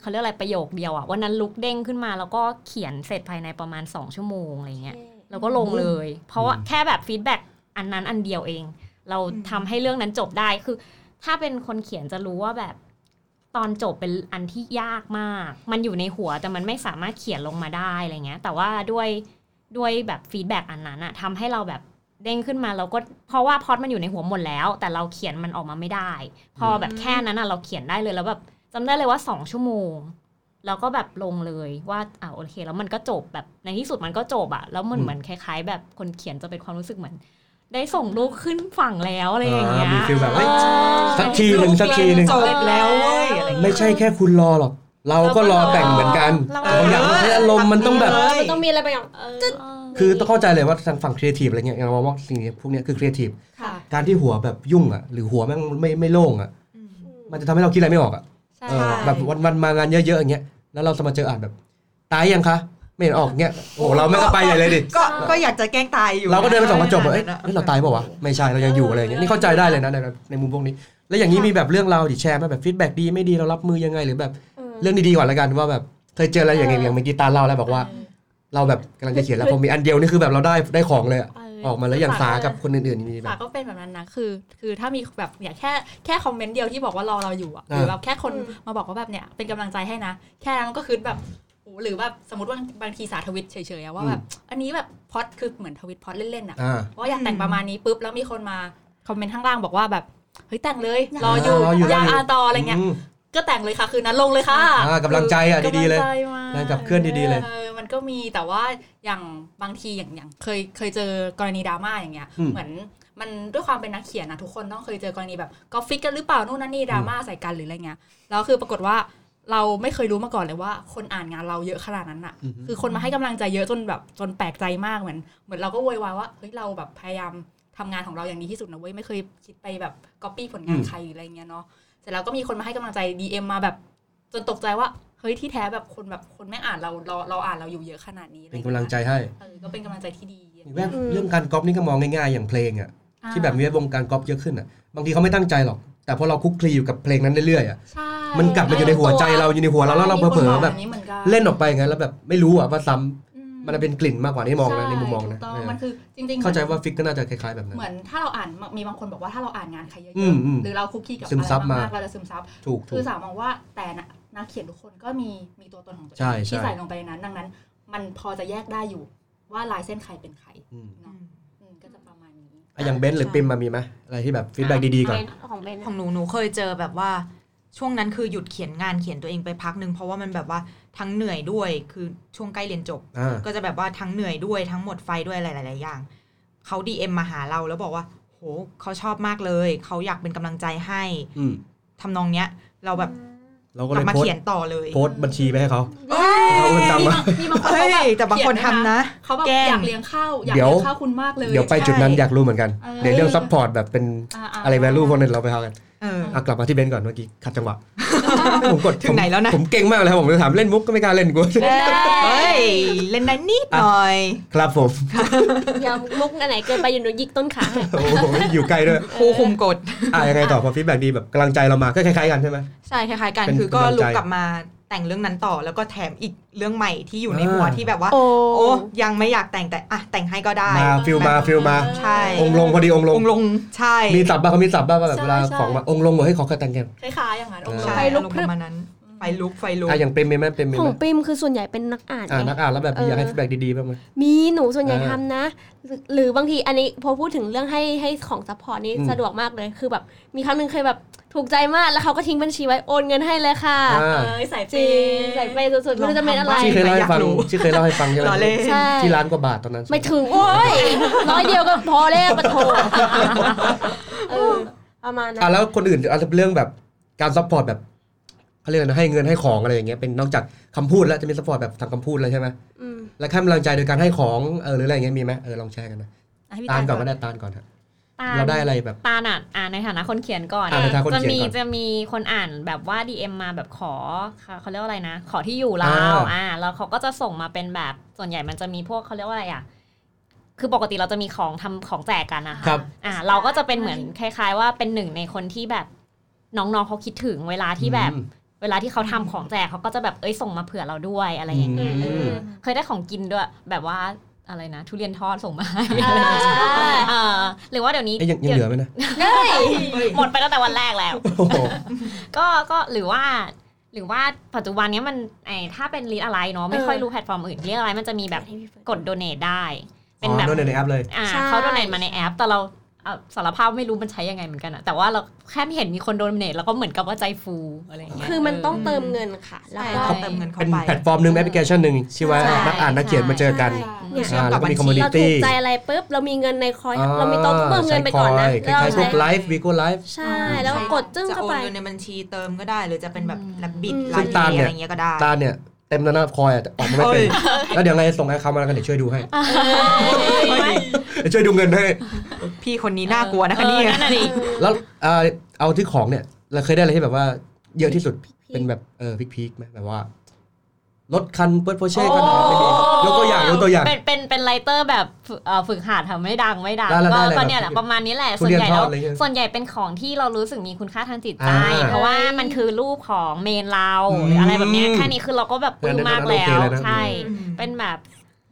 S5: เขาเรียกอะไรประโยคเดียวอ่ะวันนั้นลุกเด้งขึ้นมา แล้วก็เขียนเสร็จภายในประมาณสองชั่วโมงอะไรเงี้ย เราก็ลงเลย เพราะว่าแค่แบบฟีดแบ็กอันนั้นอันเดียวเอง เรา
S6: อืม
S5: ทำให้เรื่องนั้นจบได้คือ ถ้าเป็นคนเขียนจะรู้ว่าแบบตอนจบเป็นอันที่ยากมาก มันอยู่ในหัวแต่มันไม่สามารถเขียนลงมาได้อะไรเงี้ย แต่ว่าด้วยด้วยแบบฟีดแบ็กอันนั้นอะทำให้เราแบบเด้งขึ้นมาเราก็เพราะว่าพล็อดมันอยู่ในหัวหมดแล้ว แต่เราเขียนมันออกมาไม่ได้ พอแบบแค่นั้นอะเราเขียนได้เลยแล้วแบบจำได้เลยว่าสองชั่วโมง แล้วก็แบบลงเลยว่าอ่าโอเค แล้วมันก็จบแบบในที่สุดมันก็จบอะแล้วมัน
S2: อืม
S5: เหมือนคล้ายๆ แบบคนเขียนจะเป็นความรู้สึกเหมือน ได้ส่งลูกขึ้นฝั่งแล้วอะไรอย่างเงี้ย
S2: อ่ามีฟีลแบบเอ้ย
S5: เออ
S2: สักทีหนึ่งสักทีหนึ่ง
S6: จบแล้วเว้ยอะไรเงี้ย
S2: ไม่ใช่แค่คุณรอหรอก เราก็รอแต่งเหมือนกัน
S5: เราก็รอ
S2: บางอย่างมันใช้อารมณ์มันต้องแบบ
S4: เออมันต้องมีอะไรบางอย่าง
S2: คือต้องเข้าใจเลยว่าทางฝั่งครีเอทีฟอะไรเงี้ยอย่างเราว่าสิ่งพวกเนี้ยคือครีเอทีฟ
S3: ค่ะ
S2: การที่หัวแบบยุ่งอ่ะหรือหัวแม่งไม่ไม่โล่งอ่ะ
S6: อืม
S2: มันจะทำให้เราคิดอะไรไม่ออกอ่ะ
S3: ใช่
S2: เออแบบวันวันมางานเยอะๆอย่างเงี้ยแล้วเราจะมาเจออ่านแบบ ตายยังคะไม่เห็นออกเงี้ยโอ้โหเราแม่งก็ไปใหญ่เลยดิ
S6: ก็ก็อยากจะแกล้งตายอยู่
S2: เราก็เดินไปส่องกระจกแบบ
S6: เล
S2: เอ้ยเอ้ยเราตายเปล่าวะไม่ใช่เรายังอยู่อะไรอย่างเงี้ยนี่เข้าใจได้เลยนะในในมุมพวกนี้ แล้วอย่างนี้มีแบบเรื่องราวดิแชร์ไหมาแบบฟีดแบ็กดีไม่ดีเรารับมือยังไงหรือแบบเรื่องดีๆก่อนละกันว่าแบบเคยเจออะไรอย่างเงี้ยอย่างเมื่อกี้ตาเล่าแล้วบอกว่า เราแบบกำลังจะเขียนแล้วพอมีอันเดียวนี่คือแบบเราได้ได้ของเลยอะ
S3: เ
S2: ออกมาแล้วอย่างสากับคนอื่นๆมีแบ
S3: สา
S2: บ
S3: ก็เป็นแบบนั้นนะ คือ คือถ้ามีแบบเนี่ยแค่แค่คอมเมนต์เดียวที่บอกว่ารอเราอยู่อะ
S2: อ่า
S3: หรือแบบแค่คน
S4: อืม
S3: มาบอกว่าแบบเนี่ยเป็นกำลังใจให้นะ แค่นั้นก็คือแบบโอ้โหหรือแบบสมมติว่าบางทีสาทวิตเฉยๆอะว่าแบบอันนี้แบบพอดคือเหมือนทวิตพอดเล่นๆอะ
S2: อ่า
S3: ว่าอยากแต่งประมาณนี้ปุ๊บแล้วมีคนมาคอมเมนต์ข้างล่างบอกว่าแบบเฮ้ยแต่งเลยรออยู่
S2: รออยู่
S3: อยาก
S2: รออยู่
S3: อ่านต่ออะไรเงี้ย
S2: ม
S3: ก็แต่งเลยค่ะคืนนั้นลงเลยค่ะ
S2: อ่ากำลังใจอะ
S3: กำ
S2: ดีๆเลย
S3: งใจมา
S2: แรงขับเคลื่อนดีๆเลย
S3: เออมันก็มีแต่ว่าอย่างบางทีอย่างอย่างเคยเคยเจอกรณีดราม่าอย่างเงี้ย
S2: อืม
S3: เหมือนมันด้วยความเป็นนักเขียนนะทุกคนต้องเคยเจอกรณีแบบก็ฟิกกันหรือเปล่านู่นนั่นนี่ดราม่าใส่กันหรืออะไรเงี้ยแล้วคือปรากฏว่าเราไม่เคยรู้มาก่อนเลยว่า คนอ่านงานเราเยอะขนาดนั้นอ่ะ
S2: อือฮึ
S3: คือคนมาให้กำลังใจเยอะจนแบบจนแปลกใจมากเหมือนเหมือนเราก็โวยวายว่าเฮ้ยเราแบบพยายามทำงานของเราอย่างดีที่สุดนะเว้ยไม่เคยคิดไปแบบก๊อปปี้ผลงานใครหรืออะไรเงี้ยเนาะเสร็จแล้วก็มีคนมาให้กำลังใจ DM มาแบบ จนตกใจว่าเฮ้ยที่แท้แบบคนแบบคนไม่อ่านเราเราเราอ่านเราอยู่เยอะขนาดนี้อะไร
S2: เป็น
S3: เย
S2: กำลังใจให้
S3: เออก็เป็นกำลังใจที่ดี
S2: แวบเรื่องการก๊อปนี่ก็มองง่ายๆอย่างเพลงอ่ะ
S3: อ่า
S2: ที่แบบมีแวดวงการก๊อปเยอะขึ้นอ่ะบางทีเขาไม่ตั้งใจหรอก แต่พอเราคลุกคลีอยู่กับเพลงนั้นเรื่อยๆอะ
S3: ใช่
S2: มันกลับมาอยู่ในหัวใจเราอยู่ในหัวเราแล้วเราเผลอๆแบบ
S3: มีคนบกย่างนี้หมือนกัน
S2: เล่นออกไปงั้นแล้วแบบไม่รู้อะว่าซ้ำ
S3: อื
S2: มันเป็นกลิ่นมากกว่าที่มองนะในมุมมองนะ
S3: ใช่ถูกต้
S2: เออ
S3: มันคือจริงๆ
S2: เข้าใจว่าฟิกก็น่าจะคล้ายๆแบบนั้น
S3: เหมือนถ้าเราอ่านมีบางคนบอกว่าถ้าเราอ่านงานใครเยอะ
S2: อืมอืม
S3: ๆหรือเราคุกคีกับ
S2: ซึมซับ
S3: อะไรก
S2: มา
S3: ๆเราจะซึมซับ
S2: ถูกถู
S3: คือก สาวมองว่าแต่น่ะนักเขียนทุกคนก็มีมีตัวตนของตัวเอ
S2: ใช่
S3: ง
S2: ใช่
S3: ที่ใส่ลงไปในนั้น ดังนั้น มันพอจะแยกได้อยู่ว่าลายเส้นใครเป็นใคร
S2: อืม
S3: เนาะอืมก็จะประมาณนี้
S2: อ่ะอย่างเบนซ์หรือปิมมามีไหมอะไรที่แบบฟีดแบ็กดีๆก่อน
S4: ของเบน
S6: ของหนูหนูเคยเจอแบบว่าช่วงนั้นคือหยุดเขียนงานเขียนตัวเองไปพักหนึ่งเพราะว่ามันแบบว่าทั้งเหนื่อยด้วยคือช่วงใกล้เรียนจบ
S2: อ่า
S6: ก็จะแบบว่าทั้งเหนื่อยด้วยทั้งหมดไฟด้วยหลาย ๆ อย่าง เขาดีเอ็มมาหาเราแล้วบอกว่า โหเขาชอบมากเลย เขาอยากเป็นกำลังใจให้
S2: อืม
S6: ทำนองเนี้ย เราแบบ
S2: เรา
S6: ก
S2: ก็เล
S6: ลับ
S2: ย
S6: มา
S2: โพส
S6: เขียน
S2: ต์
S6: ต่อเลย
S2: โพสต์บัญชีไปให้เขา
S6: เฮ้ย
S2: เขาคนจำมา
S3: มีบางคน
S6: เฮ้
S3: เขาแบบ
S6: ยแต่บางคนทำนะ
S3: เขาแบบ
S6: แกล้ง
S3: อยากเลี้ยงข้าวอยาก
S2: เดี๋ยว
S3: เลี้ยงข้าวคุณมากเลย
S2: เดี๋ยวไปจุดนั้นอยากรู้เหมือนกัน
S3: เออ
S2: เดี๋ยวเรื่องซัพพอร์ตแบบเป็น
S3: ๆ
S2: อะไรแวลูพวกนั้นเราไปหากัน
S6: เออ
S2: อ่ะกลับมาที่เบนซ์ก่อนเมื่อกี้ขัดจัง
S3: (laughs)
S2: หวะ ผมกด
S6: ถึงไหนแล้วนะ
S2: ผมเก่งมากเลยครับผมจะถามเล่นมุกก็ไม่กล้าเล่นกู
S6: เฮ้ยเล่นได้นิดหน่อย
S2: ครับผม
S4: (laughs) อย่ามุกอันไหนเกินไปอยู่หนูยิกต้นขาให้
S2: โอ้โหอยู่ไกลด้วย
S6: ครูคุมกฎ
S2: อ่ะยังไงต่อพอฟีดแบ็กดีแบบกำลังใจเรามาก็คล้ายๆกันใช่ไหม
S6: ใช่คล้ายๆกัน
S2: เป็น
S6: คือก็
S2: กำลังใจ
S6: ลุกกลับมาแต่งเรื่องนั้นต่อ แล้วก็แถมอีกเรื่องใหม่ที่อยู่ในหัว
S2: อ่า
S6: ที่แบบว่า
S4: โอ้
S6: โอ้ยังไม่อยากแต่งแต่อ่ะแต่งให้ก็ได้
S2: มาฟิลมาฟิลมา
S6: ใช่
S2: องค์ลงพอดีองค์ล
S6: อง งค์ลงใช่
S2: มีสับบ้างเขามีสับบ้างว่าแบบ
S3: ใช่
S2: เวลา
S3: ใช่
S2: ของมาองค์ลงบอกให้ขอแกระตังแกม
S3: คล้ายๆอย่างนั้นองค์ลง
S6: ใช่
S4: ไฟลุก
S6: อารม
S4: พ
S6: ณ์ป
S4: รึบ
S6: ระมาณนั้นไฟ ลุกไฟลุก
S2: อ่ะอย่างเป็นมีไหมเป็นมี
S4: ขอ
S2: ไหม
S4: งปริมคือส่วนใหญ่เป็นนักอ่าน
S2: อ่า
S4: ไง
S2: นักอ่านแล้วแบบมีอยากให้ฟีดแบ็กดีๆบ้างไหม
S4: มีหนูส่วนใหญ่
S2: อ่า
S4: ทำนะ หรือหรือบางทีอันนี้พอพูดถึงเรื่องให้ให้ของซัพพอร์ตนี่
S2: อืม
S4: สะดวกมากเลยคือแบบมีครั้งหนึ่งเคยแบบถูกใจมากแล้วเขาก็ทิ้งบัญชีไว้โอนเงินให้เลยค่ะ
S2: อ่า
S3: เอ้ยใส่
S4: จริงใส่ไปสุดๆไม่รู้จะเป็นอะไร
S6: ลองทำบ้
S2: ที่เคยเล่าให้ฟัง
S6: อยากรู้
S2: ที่เคยเล่าให้ฟังใช่ไหม
S6: หล่อเลย
S4: ใช่
S2: ที่ร้านกว่าบาทตอนนั้นใช่ห
S4: ไม่ถึงโอ้ยร้อยเดียวก็พอแล้วปะโถ
S2: (laughs)
S4: เออประมาณนั้
S2: อ่ะ
S4: น
S2: แล้วคนอื่นอ่ะเรื่องแบบการซัพพอร์ตแบบเขาเรียกอะไรนะให้เงินให้ของอะไรอย่างเงี้ยเป็นนอกจากคำพูดแล้วจะมีซัพพอร์ตแบบทางคำพูดแล้วใช่ไหม
S4: อืม
S2: แล้วขั้นกำลังใจโดยการให้ของเออหรืออะไรอย่างเงี้ยมีไหมเออลองแชร์กันนะ
S3: ให้พี่
S2: ตา
S3: ตา
S2: ลก่
S3: ล
S2: อ
S3: ก่อ
S2: ก็
S3: น น
S2: ได้ตาลก่อนฮะ
S5: ตาม
S2: เราได้อะไรแบบ
S5: ตาลอ่ะอ่านในฐานะคนเขียนก่อน
S2: อ่าในฐานะคน
S5: จะ
S2: เขียน
S5: มี
S2: ก่อน
S5: จะมีคนอ่านแบบว่า DM มาแบบขอเขาเขาเรียกว่าอะไรนะ ขอที่อยู่เรา
S2: อ่า
S5: อ่าแล้วเขาก็จะส่งมาเป็นแบบส่วนใหญ่มันจะมีพวกเขาเรียกว่าอะไรอ่ะ คือปกติเราจะมีของทำของแจกกันนะคะ
S2: ครับ
S5: อ่า เราก็จะเป็นเหมือนคล้าย ๆ ว่าเป็นหนึ่งในคนที่แบบน้องๆเขาคิดถึงเวลาที่แบบ
S2: อืม
S5: เวลาที่เขาทำของแจกเขาก็จะแบบเอ้ยส่งมาเผื่อเราด้วยอะไรอย่างเงี้ย
S2: อืม
S5: เออเคยได้ของกินด้วย แบบว่าอะไรนะ ทุเรียนทอดส่งมา
S4: อ่า
S5: เออหรือว่าเดี๋ยวนี้
S2: เอ้ยยังยังเหลือไหมนะ
S4: ได้
S5: หมดไปตั้งแต่วันแรกแล้ว
S2: โอ้โห
S5: ก็ก็หรือว่า หรือว่าปัจจุบันเนี้ยมันไอถ้าเป็นรีดอะไรเนาะไม่ค่อยรู้แพลตฟอร์มอื่นรีดอะไรมันจะมีแบบกด donate ได้ เป็นแบบ
S2: อ๋อ donate ในแอปเลย
S5: อ่า
S4: ใช่
S5: เขาโดเนทมาในแอป แต่เราเอาสารภาพไม่รู้มันใช้ยังไงเหมือนกันอะแต่ว่าเราแค่เห็นมีคนโดเนทแล้วก็เหมือนกับว่าใจฟูอะไรย่างเงี้ย
S4: คือมันต้องเติมเงินค่ะ แล้วก็
S6: เขาเติมเงินเข้า
S2: เป็น
S6: ไป
S2: แพลตฟอร์มหนึ่งแอปพลิเคชันหนึ่งชื่อว่า
S5: ใช่
S2: นักอ่านนักเขียนมาเจอกัน
S4: เนี่ย
S2: อ่าแล้วก็มีคอมมูนิ
S4: เราถู
S2: ตี้
S4: กใจอะไรปุ๊บเรามีเงินในคอยเรามีโต๊ะต้องเติมเงินไปก่อนนะ
S2: คล้ายๆพวกไล
S4: ใช้
S2: ฟ์วีโก้ไลฟ์
S4: ใช่แล้วก็กดจึ้งเข้าไป
S6: จะโอนเงินในบัญชีเติมก็ได้หรือจะเป็นแบบแลบบิด
S4: อืม
S6: ลาย
S2: ซึ่งตาม
S6: เด
S2: เนี่ย
S6: อะไรเงี้ยก็ได้
S2: ตาลเนี่ยเต็มแล้วนะคอยอ่ะแต่ออกมาไม่เป็นแล้วเดี๋ยวไงส่งให้เขามาแล้วกันเดี๋ยวช่วยดูให้เดี๋ยวช่วยดูเงินให้
S6: พี่คนนี้น่ากลัวนะคะ
S5: เอ
S6: เนี่
S5: อย นั่นน่ะดิ
S2: แล้วเอ่อเอาที่ของเนี่ย เราเคยได้อะไรที่แบบว่าเยอะที่สุดเป็นแบบเออพีคๆไหมแบบว่ารถคันเปิดโพเช่คันไหนไม่ดียกตัวอย่างยกตัวอย่าง
S5: เป็นเป็นเป็นไลเตอร์แบบฝึกเอ่อฝึกหัดทำไม่ดังไม่ดัง
S2: ได้แล้ว
S5: ก็
S2: ได้แล้ว
S5: ก็เนี่ยแหละประมาณนี้แหละ
S2: ทุ
S5: ส่วน
S2: เรียน
S5: ใหญ่
S2: ทอ
S5: เรา
S2: ดอะไรเงี้ย
S5: ส่วนใหญ่เป็นของที่เรารู้สึกมีคุณค่าทางจิตใจ
S2: อ่า
S5: เพราะว่ามันคือรูปของเมนเรา
S2: อืม
S5: หรืออะไรแบบเนี้ยแค่นี้คือเราก็แบบปลื้มมากแล้ว
S2: อันนั้นโอเคแล้วนะ
S5: ใช่ เป็นแบบ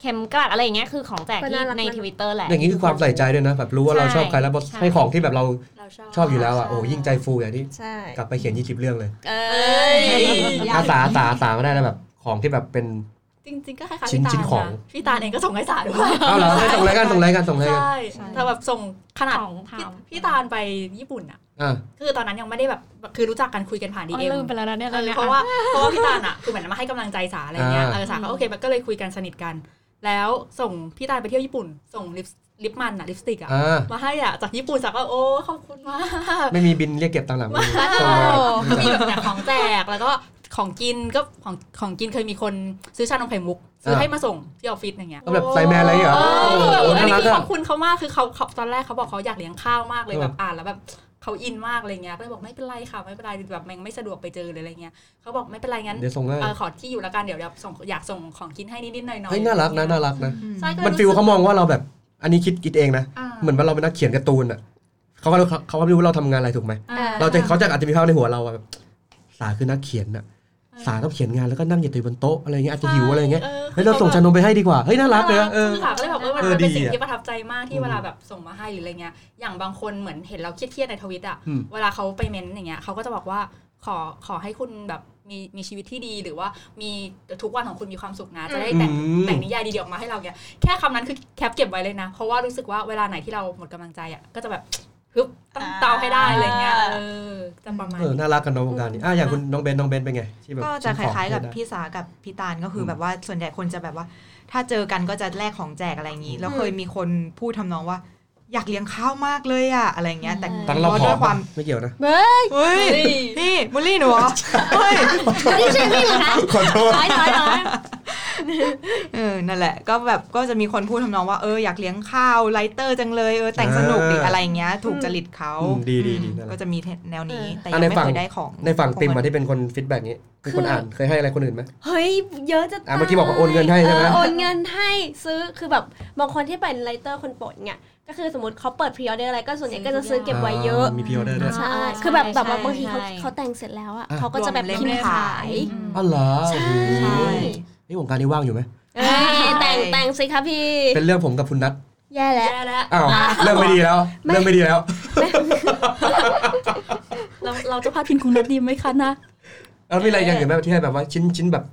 S5: เข็มกลัดอะไรอย่างเงี้ยคือของแจก
S4: ก็
S5: ที่
S4: น่ารัก
S5: ใน
S4: นะ
S5: ทวิตเตอร์แหละ
S2: อย่างนี้คือความใส่ใจด้วยนะ แบบรู้ว่าเราชอบใครแล้ว
S5: ใช่
S2: ให้ของที่แบบเรา
S3: เราชอบ
S2: ชอบอยู่แล้วอ่ะโอ้ยิ่งใจฟูอย่างที่
S4: ใช่
S2: กลับไปเขียนยี่สิบเรื่องเลย
S4: เอ
S3: เอ
S4: อ้
S3: ย
S2: อาสาอาสาอาสาก็ได้นะแบบของที่แบบเป็น
S3: จริงๆก็คล้ายๆ
S2: ชิ้น
S3: พี่ตา
S2: ชิ้นของ
S3: ลนะพี่ตาลเองก็ส่งให้สาด้วย
S2: อ้าวเหรอให้ส่งรายการส่งรายการส่งรายการ
S3: ใช่แต่แบบส่งขนาด
S5: ของท
S3: พี่พี่ตาลไปญี่ปุ่นอ่ะ
S2: อ่ะ
S3: คือตอนนั้นยังไม่ได้แบบคือรู้จักกันคุยกันผ่าน
S5: ำ
S3: ดี
S5: อ๋อ
S3: เอ็ม
S5: ลืมไปแล้วนะเนี่ย
S3: เอ
S5: ตอน
S3: อ
S5: เนี้ย
S3: เพราะว่าเพราะว่าพี่ตาลอ่ะคือเหมือนมาให้กำลังใจสาอะไรเงี้ย
S2: อ่า
S3: เออสาก็โอเคมันก็เลยคุยกันสนิทกัน แล้วส่งพี่ตาลไปเที่ยวญี่ปุ่น ส่งลิปลิปมันอ่ะลิปสติกอ่ะ
S2: อ่ะ
S3: มาให้อ่ะจากญี่ปุ่นสาก็โอ้ขอบคุณมาก
S2: ไม่มีบินเรียกเก็บตังค์หลังไม่มีส่งมา
S3: ก็มีแบบเนี่ยของแจกแล้วก็ของกินก็ของของกินเคยมีคนซื้อชานมไข่มุกซื้อให้มาส่งที่ออฟฟิศอย่างเงี้ย
S2: ก็แบบใส่แมนอะไรอย่างเงี้ยเหรอ
S3: เอ
S2: โอ้
S3: อ
S2: โห
S3: อัน
S2: น่า
S3: นี้
S2: รัก
S3: คือข
S2: อ่ะ
S3: อบคุณเขามากคือเขาเขาตอนแรกเขาบอกเขาอยากเลี้ยงข้าวมากเลย
S2: เออ
S3: แบบอ่านแล้วแบบเขาอินมากอะไรเงี้ยก็เลยบอกไม่เป็นไรค่ะไม่เป็นไรแบบแมงไม่สะดวกไปเจอเลยอะไรเงี้ยเขาบอกไม่เป็นไรงั้น
S2: เดี๋ยวส่งให้
S3: เออขอที่อยู่แล้วกันเดี๋ยวอยากส่งอยากส่งของกินให้นิดๆหน่อยๆ
S2: เฮ้ยน่ารักนะน่ารักนะ
S3: ใช่ก็
S2: มันฟิลเขามองว่าเราแบบ อันนี้คิดคิดเองนะ
S3: อ่า
S2: เหมือนว่าเราเป็นนักเขียนการ์ตูนอ่ะเขาก็รู้เขาก็ไม่รู้ว่าเราทำงานอะไรถูกไหม
S3: อ่
S2: เราจะเขาจะอาจจะมีภาพในหัวเราอะแบบสาคือนักเขียนอ่ะ สาต้องเขียนงานแล้วก็นั่งเหยียดตัวอยู่บนโต๊ะอะไรเงี้ยอาจจะหิวอะไรเงี้ย เฮ้ยเราส่งชานมไปให้ดีกว่า เฮ้ยน่ารักเลยนะเออ
S3: ซึ่งค่ะก็เลยบอกว่ามัน
S2: เออดี
S3: เป็นสิ่ง
S2: อะ
S3: ที่ประทับใจมาก
S2: อื
S3: ที่
S2: ม
S3: เวลาแบบส่งมาให้หรืออะไรเงี้ย อย่างบางคนเหมือนเห็นเราเครียดๆในทวิตอ่ะ
S2: อืม
S3: เวลาเขาไปเม้นต์อย่างเงี้ยเขาก็จะบอกว่าขอขอให้คุณแบบมีมีชีวิตที่ดีหรือว่ามีทุกวันของคุณมีความสุขนะจะได้แต่ง
S2: อืม
S3: แต่งนิยายดีๆออกมาให้เราเนี่ยแค่คำนั้นคือแคปเก็บไว้เลยนะ เพราะว่ารู้สึกว่าเวลาไหนที่เราหมดกำลังใจอ่ะก็จะแบบฮึบตั้งเตาให้ได้อะไรเงี้ยเออจะประมาณ
S2: เออน่ารักกันน้องวงการนี้อ่ะอย่างคุณน้องเบนน้องเบนเป็นไงที่แบบ
S6: ก็จะค
S2: ซื้อของ
S6: ล้าย ๆ กับ
S2: ได้
S6: พี่สากับพี่ตาลก็คืออ
S2: ม
S6: แบบว่าส่วนใหญ่คนจะแบบว่า ถ้าเจอกันก็จะแลกของแจกอะไรอย่างนี้ แล้วเคยมีคนพูดทำนองว่า อยากเลี้ยงข้าวมากเลยอะอะไรอย่างเงี้ยแต่
S2: ั้งเรา
S6: ก็
S2: ขอ
S6: ด้วยความ
S2: ไม่เกี่ยวนะ
S4: เบ้ย
S6: เฮ้ยนี่มุลลี่หนูเหรอเฮ้ย
S4: นี่ใช่พี่เหรอคะ
S2: ขอโทษ
S4: น้อยน้อยน้อย
S6: เออ นั่นแหละ ก็แบบ ก็จะมีคนพูดทำนองว่า เออ อยากเลี้ยงข้าวไลเตอร์จังเลย เออ แต่งสนุกดี
S2: อ่า
S6: อะไรอย่างเงี้ย ถูกจริตเขา
S2: อืมดีดีดี
S6: อืม
S2: นั่นแหละ
S6: ก็จะมีแนวนี้ แต่
S2: อ่ะใน
S6: ยังไม่
S2: ฝั่ง
S6: เคยได้ของ
S2: ในฝั่งติม
S6: ขอ
S2: อะ
S6: น
S2: ที่เป็นคนฟีดแบ็กนี้เป็น
S4: คื
S2: คน
S4: ออ่
S2: อ่านเคยให้อะไรคนอื่นไหม
S4: เฮ้ยเยอะจะตาย
S2: อ่ะเมื่อกี้บอกว่าโอนเงินให้ใช่ไหม
S4: ออโอนเงินให้ซื้อคือแบบบางคนที่เป็นไลเตอร์คนโปรดเนี่ยก็คือสมมติเขาเปิดพรีออเดอร์อะไรก็ส่วนใหญ่ก็จะซื้อเก็บไว้เยอะ
S2: มีพิออเดอร์ด้วย
S4: ใช่
S5: อ่า
S4: คือแบบ
S5: ใช่
S4: แบบว่าบางทีเขา
S5: ใช่
S4: เขาแต่งเสร็จแล้วอ่ะเขาก็จะแบบ
S6: รวมเล่ม
S4: พิมพ์ขาย
S6: อืม
S2: อ๋อเหรอ
S4: ใช่
S2: โอ้โห
S6: ใช่
S2: นี่วงการนี้ว่างอยู่ไหม
S4: เอ้ยแต่งแต่งสิคะพี่
S2: เป็นเรื่องผมกับคุณนัท
S4: แย่แล้ว
S3: แย่แล้ว
S2: อ้าวเรื่องไม่ดีแล้ว
S4: ไม่
S2: เรื่องไม่ดีแล้ว
S3: เราเราจะพาดพิงคุณนัดดีไหมคะนะ
S2: เอ แล้วมีอะไรอย่างอื่นไหมที่ให้แบบว่าชิ้นชิ้นแบบ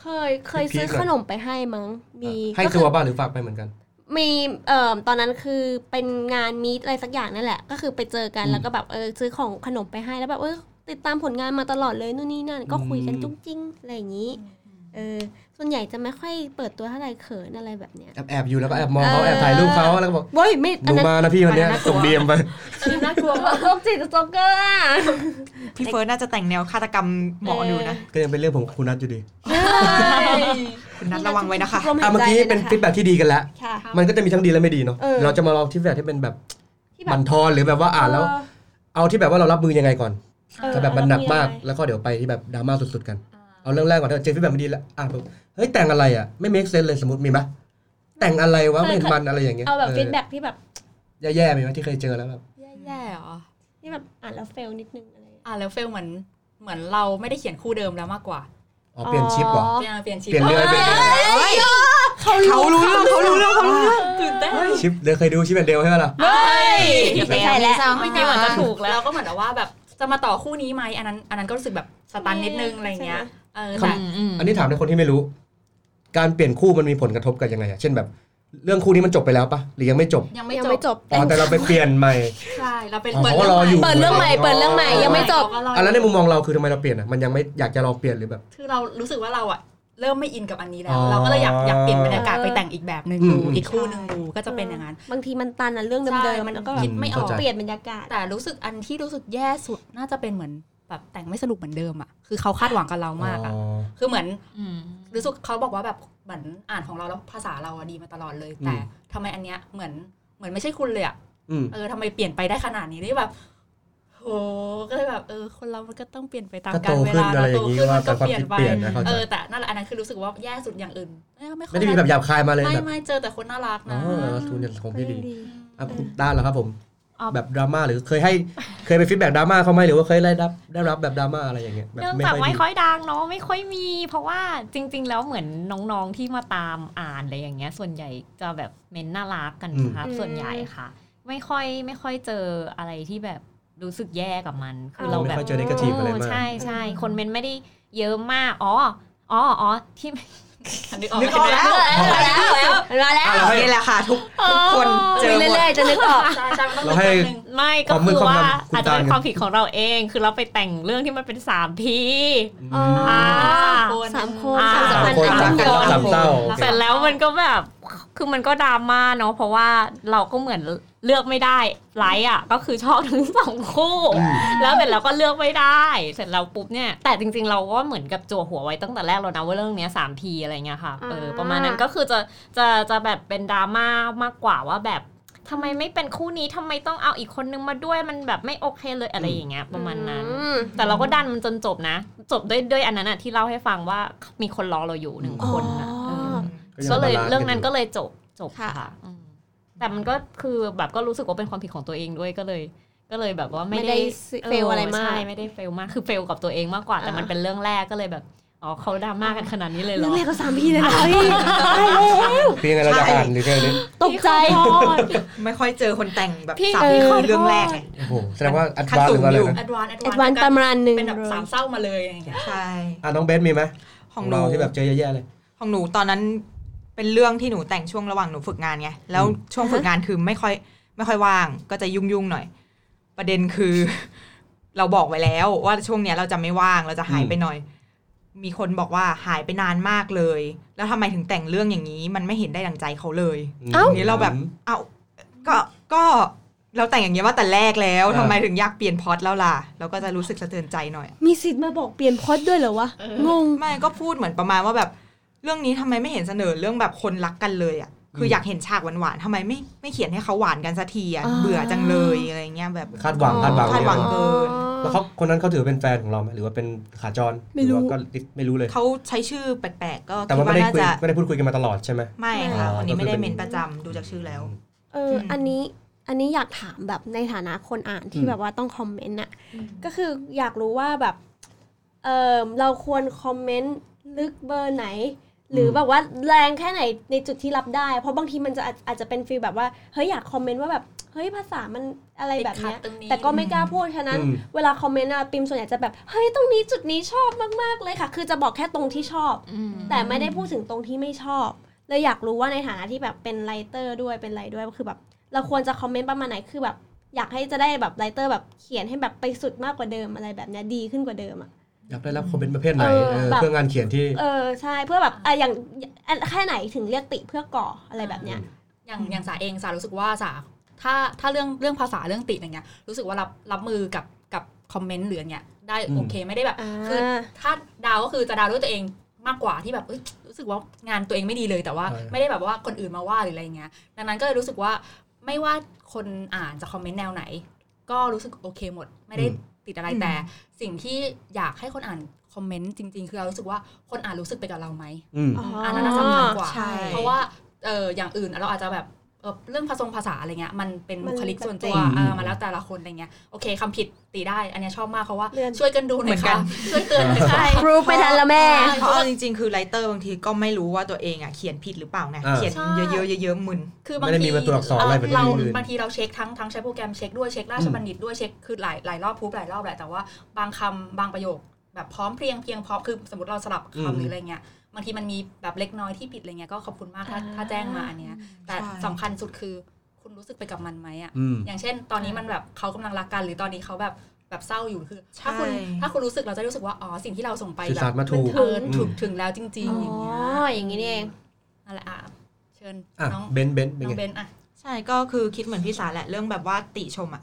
S4: เคยเคยซื้อ
S2: พีคๆก่อน
S4: ขนมไปให้มั้งมี
S2: ให้
S4: ก็คื
S2: ตั
S4: อ
S2: วบ้างหรือฝากไปเหมือนกัน
S4: มีเอ่อตอนนั้นคือเป็นงานมีตอะไรสักอย่างนั่นแหละ ก็คือไปเจอกัน
S2: อืม
S4: แล้วก็แบบเออซื้อของขนมไปให้แล้วแบบเออติดตามผลงานมาตลอดเลยนู่นนี่นั่น ก็คุยกัน
S2: อืม
S4: จุ้งจิ้งอะไรอย่างนี้เออส่วนใหญ่จะไม่ค่อยเปิดตัวเท่าไหร่เขินอะไรแบบเนี้ย
S2: แอบแอบอยู่แล้วก็แอบมองเขา
S4: เออ
S2: แอบถ่ายรูปเขาแล้วก็บอก
S4: โว้ยไม่อั
S2: ดู
S4: นนั้น
S2: มานะพี่วันเนี้ย
S3: อันนั้น
S2: ส่งดีมไป
S3: น่ากลัวมาก
S4: โรคจิตโจ๊กเกอร์อะ
S6: พี่เฟิร์สน่าจะแต่งแนวฆาตกรรมหมอดูนะ
S2: ก็ยังเป็นเรื่องของคุณนัทอยู่ดี
S6: คุณนัทระวังไว้นะคะ
S4: ลหย
S2: อ่ะเมื่อกี้
S4: ใจลยะ
S2: เป็นฟีดแบ็ที่ดีกันแล้ว
S4: ค่ะ
S2: มันก็จะมีทั้งดีและไม่ดีเนาะ
S4: เออ
S2: เราจะมาลองฟีดแบ็ที่เป็นแบบ
S4: ที่แบบ
S2: บั่นทอนหรือแบบว่าอ่านแล้ว เอาที่แบบว่าเรารับมือยังไงก่อน
S4: เออ
S2: ถ้าแบบมันหนักมาก
S4: เออ
S2: แล้วก็เดี๋ยวไปที่แบบดราม่าสุดๆกัน เอาเรื่องแรกก่อนเถอะเจอฟีดแบ็ไม่ดีแล้วอ่านปุ๊บเฮ้ยแต่งอะไรอ่ะไม่ make sense เลยสมมติมีไหมแต่งอะไรวะไม่เห็นมันอะไรอย่างเงี้ย
S4: เอาแบบ
S2: ออ
S4: ฟีดแบ็ที่แบบ
S2: แย่ๆมีไหมที่เคยเจอแล้วแบบ
S3: แย่เหรอ
S4: ที่แบบอ่านแล้วเฟลนิดนึงอะไรอย่างเงี้ย
S3: อ่ะแล้วเฟลเหมือนเหมือนเราไม่ได้เขียนคู่เดิมแล้วมากกว่า
S2: อ๋อเปลี่ยนชิปเหรอ
S4: อ๋อ
S3: เปลี่ยนเปลี่ยนชีพ
S2: เปลี่ยนเรื่อยเปลี่ยนเรื่อย
S6: เขารู้เรื่องเขารู้เรื่องเขารู้เรื่อง
S3: ตื่นเต้น
S2: ชิปเดี๋ยวเคยดูชิปแบบเดียวใช่ไหมล่ะ
S3: เฮ้ย
S4: ไม่ใช่แล้ว
S3: ไม่เหมือนจะถูกแล้วเราก็เหมือนแบบว่าแบบจะมาต่อคู่นี้ไหมอันนั้นอันนั้นก็รู้สึกแบบสตันนิดนึงอะไรเงี้ยเออแต่
S2: อันนี้ถามในคนที่ไม่รู้ การเปลี่ยนคู่มันมีผลกระทบกันยังไงอะเช่นแบบ เรื่องคู่นี้มันจบไปแล้วปะหรือยังไม่จบ
S3: ยัง
S4: ยัง
S3: ไม่
S4: ไม่
S3: จ
S4: จ
S3: บบ
S2: อ๋อแต่เราไปเปลี่ยนใหม่
S3: ใช่เราเป็น
S2: อ๋อ
S3: เปิด
S2: เขาก็
S3: เรื่อง
S2: รออยู่
S3: ใหม่
S4: เปิดเรื่องใหม่เปิดเรื่องใหม่ยังไม่จบ
S2: อ่ะแล้วในมุมมองเราคือทำไมเราเปลี่ยนอะมันยังไม่อยากจะลองเปลี่ยนหรือแบบ
S3: คือเรารู้สึกว่าเราอะเริ่มไม่อินกับอันนี้แล้
S2: อ๋
S3: ว
S2: อ
S3: เราก็เลยอยากอยากเปลี่ยนบรรยากาศ
S4: เออ
S3: ไปแต่งอีกแบบหนึ่ง
S2: อืม
S3: ดู
S2: อืม
S3: อีกคู่หนึ่งดูก็จะเป็นอย่างนั้น
S4: บางทีมันตันอ่ะเรื่องเดิม
S3: ใช่
S4: ๆ
S3: มั
S4: มัน
S3: น
S4: แล้วก็แบบ
S3: คิดไม่ออก
S2: เข้าใจ
S4: เปลี่ยนบรรยากาศ
S3: แต่รู้สึกอันที่รู้สึกแย่สุดน่าจะเป็นเหมือนแบบแต่งไม่สนุกเหมือนเดิมอะคือเขาคาดหวังกับเรามากอะ
S2: อ๋อ
S3: คือเหมือน
S5: อืม
S3: รู้สึกเขาบอกว่าแบบเหมือนอ่านของเราแล้วภาษาเราอะดีมาตลอดเลย
S2: อืม
S3: แต่ทำไมอันเนี้ยเหมือนเหมือนไม่ใช่คุณเลยอะ
S2: อืม
S3: เออทำไมเปลี่ยนไปได้ขนาดนี้นี่แบบโหก็เลยแบบเออคนเรามันก็ต้องเปลี่ยนไปตาม
S2: ก็โต
S3: กาลเว
S2: ขึ้น
S3: ลา
S2: อะไรอ
S3: เนอะโต
S2: ย่างนี้
S3: ขึ้น
S2: ว่า
S3: มัน
S2: แต่ค
S3: ก็
S2: วาม
S3: เปลี่ยน
S2: คิด
S3: ไป
S2: เปลี่ยนนะเข้าใจ
S3: เออแต่นั่นแหละอันนั้นคือรู้สึกว่าแย่สุดอย่างอื่นเอ้ยไม่ค่อ
S2: ไม่
S3: ย
S2: ได้มีแบบหยาบคายมาเลย
S3: ไม่
S2: แบบ
S3: ไม่เจอแต่คนน่ารัก
S2: อ๋อ
S3: นะ
S2: ทุนอย่างของพี่ดี
S3: อืม
S2: อ่ะด้านเหรอครับผม
S5: อ๋อ
S2: แบบดราม่าหรือเคยให้เคยไปฟีดแบ็กดราม่าเขาไหมหรือว่าเคยได้รับได้รับแบบดราม่าอะไรอย่างเงี้ยแบบ
S5: เนื่อง
S2: ไม่
S5: จาก
S2: ค่อย
S5: ไม่
S2: ดี
S5: ค่อยดังเนาะไม่ค่อยมี เพราะว่าจริง ๆ แล้วเหมือนน้องๆที่มาตามอ่านอะไรอย่างเงี้ย ส่วนใหญ่จะแบบเม้นน่ารักกัน
S2: อืม
S5: ครับ
S4: อืม
S5: ส่วนใหญ่ค่ะ ไม่ค่อยไม่ค่อยเจออะไรที่แบบรู้สึกแย่กับมัน คือเรา
S2: ไม่
S5: แบบ
S2: ค่อยเจอเนกาทีฟอะไรมาก
S5: ใช่ใช่คนเม้นไม่ได้เยอะมากอ๋ออ๋ออ๋อที่
S3: นึกออก
S6: นึกออกแล้ว
S4: าแล้วมาแล้ว
S2: อ่ะเราให้
S6: นี่แหละค่ะ ทุกทุกคนเจอหมด
S4: เรื่อยๆจะนึกออก
S3: ใช่ใช่มันต้อง
S2: เรา
S3: มี
S2: ให้
S3: คนหนึ่ง
S5: ไม่
S2: ค
S5: ก็
S2: วามมื
S5: คื
S2: ด
S5: อ
S2: ความ
S5: ว่า
S2: ดำคุณ
S5: อาจจะ
S2: ตา
S5: เป็
S2: ล
S5: น
S2: ไง
S5: ความผิดของเราเอง คือเราไปแต่งเรื่องที่มันเป็นสามที
S4: อ๋อ
S5: อ่า
S3: สามคน
S4: สามคน
S5: อ่า
S2: สามคน
S4: สามสัมพันธ์
S2: สาม
S4: สาม
S2: ค
S4: คน
S2: สาม
S4: น
S2: เศร้าโอเค
S5: เสร็จแล้วมันก็แบบ คือมันก็ดราม่าเนาะ เพราะว่าเราก็เหมือนเลือกไม่ได้ไลค์อ่ะ ก็คือชอบทั้งสองคู่
S2: อืม
S5: แล้วเสร็จแล้วก็เลือกไม่ได้ เสร็จแล้วปุ๊บเนี่ย แต่จริงๆเราก็เหมือนกับจั่วหัวไว้ตั้งแต่แรกแล้วนะว่าเรื่องเนี้ยสามทีอะไรเงี้ยค่ะ เออ ประมาณนั้นก็คือจะ จะจะแบบเป็นดราม่ามากกว่าว่าแบบทำไมไม่เป็นคู่นี้ทำไมต้องเอาอีกคนนึงมาด้วย มันแบบไม่โอเคเลยอะไรอย่างเงี้ยประมาณนั้น
S4: อืม
S5: แต่เราก็ดันมันจนจบนะ จบด้วยด้วยอันนั้นอะที่เล่าให้ฟังว่ามีคนรอเราอยู่หนึ่งคนนะ
S4: อ๋อ
S2: ยัง
S5: เออก็เลย
S2: บาาซ์
S5: เรื่องนั้น
S2: ยู่
S5: ก็เลยจบจบ
S4: ค่ะ
S5: ค่ะอืมแต่มันก็คือแบบก็รู้สึกว่าเป็นความผิดของตัวเองด้วยก็เลย ก็เลยแบบว่า
S4: ไม่
S5: ไม่
S4: ได้
S5: ได้
S4: เฟลอะไรมาก
S5: ใช่ไม่ได้เฟลมากคือเฟลกับตัวเองมากกว่า แต่มัน
S4: อ่า
S5: เป็นเรื่องแรกก็เลยแบบอ๋อเขาดราม่ากันขนาดนี้เลยเหร
S4: เรื่อ
S5: อง
S4: แรกก็สามพี่เลยนะเฮ้ยตายแล้ว
S2: พี่ยังไงเราจะอ่านหรือไงเนี่ย
S4: ตกใจ
S5: พี่ขอโทษ
S6: ไม่ค่อยเจอคนแต่งแบบ
S5: พี่
S6: สามที
S4: เออ
S6: คือเรื่องแรกไง
S2: โอ้โหแสดงว่าอัด
S6: ขั้น
S2: บ้าน
S6: สู
S2: ห
S6: ง
S2: รือว่าอะไร
S6: อยู่
S2: นะ
S3: แอดวานซ์
S4: แอดวานซ์ประมาณหนึ่ง
S3: เป็นแบบสามเศร้ามาเลยอะไรอย่างเงี้ย
S6: ใช่
S2: อ่ะน้องเบสมีไหม
S6: ของ
S2: ของ
S6: ห
S2: เรา
S6: นู
S2: ที่แบบเจอแย่ๆเลย
S6: ของหนูตอนนั้นเป็นเรื่องที่หนูแต่งช่วงระหว่างหนูฝึกงานไงแล้ว
S2: อืม
S6: ช่วงฝึกงานคือไม่ค่อย ไม่ค่อยว่าง ก็จะยุ่งยุ่งๆหน่อย ประเด็นคือ (laughs) เราบอกไว้แล้วว่าช่วงเนี้ยเราจะไม่ว่างเราจะหายไปหน่อย มีคนบอกว่าหายไปนานมากเลย แล้วทำไมถึงแต่งเรื่องอย่างนี้ มันไม่เห็นได้ดังใจเขาเลย
S4: เอ้า
S6: นี่เราแบบ เอา้าก็ก็เราแต่งอย่างเงี้ยมาแต่แรกแล้ว
S2: เออ
S6: ทำไมถึงอยากเปลี่ยนพล็อตแล้วล่ะ เราก็จะรู้สึกสะเทือนใจหน่อย
S4: มีสิทธิ์มาบอกเปลี่ยนพล็อดด้วยเหรอวะ งง
S6: ไม่ก็พูดเหมือนประมาณว่าแบบ เรื่องนี้ทำไมไม่เห็นเสนอเรื่องแบบคนรักกันเลยอ่ะคือ
S2: ม
S6: อยากเห็นฉากหวานๆทำไมไม่ไม่เขียนให้เขาหวานกันสักทีอ่ะ
S4: อ่า
S6: เบื่อจังเลยอะไรเงี้ยแบบ
S2: คาดหวังคาดหวัง
S6: คาดหวัง เกิน
S2: แล้วเขาคนนั้นเขาถือเป็นแฟนของเราไหมหรือว่าเป็นขาจร
S4: ไม่รู้
S2: หอว่าก็ไม่รู้เลย
S6: เขาใช้ชื่อแปลกๆก็
S2: แต่
S6: คิด
S2: ว่าไม่ได้
S6: ว่าน่า
S2: คุย
S6: จะ
S2: ไม่ได้พูดคุยกันมาตลอดใช่ไหม
S6: ไม่ค่ะ
S2: อ๋อ
S6: วันนี้
S2: ก็
S6: ไม่
S2: คือ
S6: ได้
S2: เป็น
S6: เมนประจำดูจากชื่อแล้ว
S4: เอออ
S6: ม
S4: อันนี้อันนี้อยากถามแบบในฐานะคนอ่านที่
S2: อืม
S4: แบบว่าต้องคอมเมนต์น่ะก็คืออยากรู้ว่าแบบเออเราควรคอมเมนต์ลึกเบอร์ไหน หรือแบบว่าแรงแค่ไหนในจุดที่รับได้ เพราะบางทีมันจะอาจอาจจะเป็นฟีลแบบว่าเฮ้ยอยากคอมเมนต์ว่าแบบ เฮ้ยภาษามันอะไร
S3: ติด
S4: แบบ
S3: ขัด
S4: เนี้ย
S3: ตรงนี้
S4: แต่ก็ไม่กล้าพูดฉะนั้น
S2: อืม
S4: เวลาคอมเมนต์อะปิมส่วนใหญ่จะแบบเฮ้ยตรงนี้จุดนี้ชอบมากๆเลยค่ะ คือจะบอกแค่ตรงที่ชอบ
S5: อืม
S4: แต่ไม่ได้พูดถึงตรงที่ไม่ชอบเลยอยากรู้ว่าในฐานะที่แบบเป็นไรเตอร์ด้วยเป็นอะไรด้วยก็คือแบบ เราควรจะคอมเมนต์ประมาณไหนคือแบบ อยากให้จะได้แบบไรเตอร์แบบเขียนให้แบบไปสุดมากกว่าเดิมอะไรแบบเนี้ยดีขึ้นกว่าเดิมอะ
S2: อยากได้รับคอมเมนต์ประเภทไหน
S4: เออ
S2: เออ
S4: แบบ
S2: เพื่องานเขียนที่
S4: เออใช่เพื่อแบบอ่ะอย่างอ่ะแค่ไหนถึงเรียกติเพื่อก่ออะไรแบบเนี้ย
S3: อย่างอย่างสาเองสารู้สึกว่าสาถ้าถ้าเรื่องเรื่องภาษาเรื่องติดอย่างเงี้ยรู้สึกว่ารับรับมือกับกับคอมเมนต์หรืออย่างเงี้ยได้
S2: อืม
S3: โอเคไม่ได้แบบ
S4: อ่า
S3: คือถ้าดาวก็คือจะดาวด้วยตัวเองมากกว่าที่แบบเอ้ยรู้สึกว่างานตัวเองไม่ดีเลยแต่ว่า ไม่ได้แบบว่าคนอื่นมาว่าหรืออะไรเงี้ยดังนั้นก็เลยรู้สึกว่าไม่ว่าคนอ่านจะคอมเมนต์แนวไหน ก็รู้สึกโอเคหมด ไม่ได้
S2: อืม
S3: ติดอะไรแต่ สิ่งที่อยากให้คนอ่านคอมเมนต์จริง ๆ คือเรารู้สึกว่าคนอ่านรู้สึกไปกับเราไหม
S2: อืม
S3: อันนั้นน่าสำคัญกว่า
S6: ใช่
S3: เพราะว่าเอออย่างอื่นเราอาจจะแบบเอ่อเรื่องผสมภาษาอะไรเงี้ยมันเป็น
S4: มัน
S3: บุคลิกส่วนตัว
S4: เป็น
S3: เออมาแล้วแต่ละคนอะไรเงี้ยโอเคคำผิดตีได้ อันเนี้ยชอบมากเพราะว่า
S4: เลื่อน
S3: ช่วยกันดูหน่อยค่ะช่วยเตือนหน่อยค่ะ
S4: ครูไปทันละแม่
S6: เพราะเอาจริงๆ คือไรเตอร์บางทีก็ไม่รู้ว่าตัวเองอ่ะเขียนผิดหรือเปล่าไง
S2: อ่า
S6: เขียน
S3: ใช่
S6: เยอะๆเยอะๆมึน
S3: คือบาง
S2: ไม่ได้
S3: ที
S2: มีมาตัวอักษรอะไรเหมือน
S3: เรา
S2: คนอื่น
S3: บางทีเราเช็คทั้งทั้งใช้โปรแกรมเช็คด้วยเช็คราชบัณฑิตด้วยเช็คคือหลายหลายรอบพูบหลายรอบแหละแต่ว่าบางคำบางประโยค แบบพร้อมเพรียงเพียงพร้อมคือสมมติเราสลับ
S2: อืม
S3: คำหรืออะไรเงี้ยบางทีมันมีแบบเล็กน้อยที่ผิดอะไรเงี้ยก็ขอบคุณมากถ้า
S4: อ่า
S3: ถ้าแจ้งมาอันเนี้ยแต่
S6: ใช่
S3: สำคัญสุดคือคุณรู้สึกไปกับมันไหมอ่ะ
S2: อืม
S3: อย่างเช่น ตอนนี้มันแบบเขากำลังรักกันหรือตอนนี้เขาแบบแบบเศร้าอยู่คือ ถ้าคุณ
S6: ใช่
S3: ถ้าคุณรู้สึกเราจะรู้สึกว่าอ๋อสิ่งที่เราส่งไป
S2: สื่อสารมาถูก
S3: เออถูกถึงแล้วจริงๆอ
S4: อ๋
S3: ย่างเงี้ย
S4: ออย่างนี้นี่เอง
S3: นั่นแหละอ่ะเชิญ
S2: อ่ะ
S3: น้อง
S2: เบนซ์เบนซ์เป็น
S3: น้อง
S2: ไง
S3: เบนซ์อ่ะ
S6: ใช่ก็คือคิดเหมือนพี่สาแหละเรื่องแบบว่าติชมอ่ะ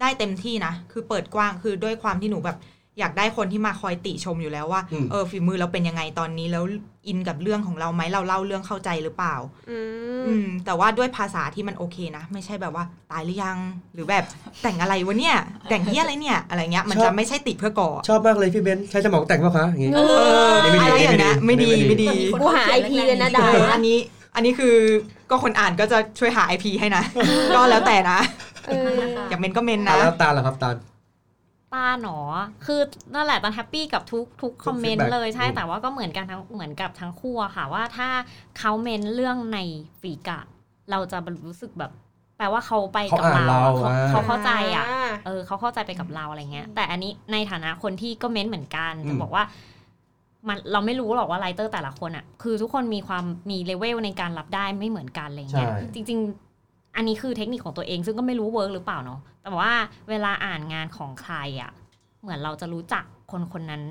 S6: ได้เต็มที่นะ คือเปิดกว้างคือด้วยความที่หนูแบบ อยากได้คนที่มาคอยติชมอยู่แล้วว่า
S2: อืม
S6: เออฝีมือเราเป็นยังไงตอนนี้แล้วอินกับเรื่องของเราไหมเราเล่าเรื่องเข้าใจหรือเปล่า
S4: อื
S6: อื
S4: ม
S6: มแต่ว่าด้วยภาษาที่มันโอเคนะ ไม่ใช่แบบว่าตายหรือยังหรือแบบแต่งอะไรวะเนี่ยแต่งเฮี้ยอะไรเนี่ยอะไรเงี้ยมันจะไม่ใช่ติดเพื่อก่อ
S2: ชอบมากเลยพี่เบนซ์ใช้สมองแต่งป่ะคะอย่างงี้
S6: เอออะไรอย่างเงี้ยไม่ดีไม่ดี
S3: มันมีคน
S4: กูหาไอพีเลยนะ
S6: เอ
S4: ดา
S6: ออันนี้อันนี้คือก็คนอ่านก็จะช่วยหา IP ให้ (laughs) นะ ก็แล้วแต่นะ
S4: เออ
S6: อยากเมนก็เมน
S2: อ่ะ
S6: นะ
S2: แล้วตาลล่ะครับตาล
S5: ตาหนอ คือนั่นแหละตอนแฮปปี้กับทุกทุกคอมเมนต์
S2: feedback
S5: เลยใช่
S2: อืม
S5: แต่ว่าก็เหมือนกันทั้งเหมือนกับทั้งคู่อะค่ะว่าถ้าเขาเมนเรื่องในฝีกะ เราจะรู้สึกแบบ แปลว่าเขาไปกับ
S2: เขาอ่าน
S5: เรา
S2: เรา
S5: เขา
S2: อ่า
S5: เขาเข้าใจอ่ะ เออเขาเข้าใจไปกับเราอะไรเงี้ย แต่อันนี้ในฐานะคนที่ก็เม้นเหมือนกัน
S2: อืม
S5: จะบอกว่า มันเราไม่รู้หรอกว่าไรเตอร์แต่ละคนอะ่ะ คือทุกคนมีความมีเลเวลในการรับได้ไม่เหมือนกันอะไรเงี้ย
S2: ใช่
S5: จริง ๆ อันนี้คือเทคนิคของตัวเอง ซึ่งก็ไม่รู้เวิร์กหรือเปล่าเนาะแต่ว่าเวลาอ่านงานของใครอะ่ะ เหมือนเราจะรู้จักคนคนนั้น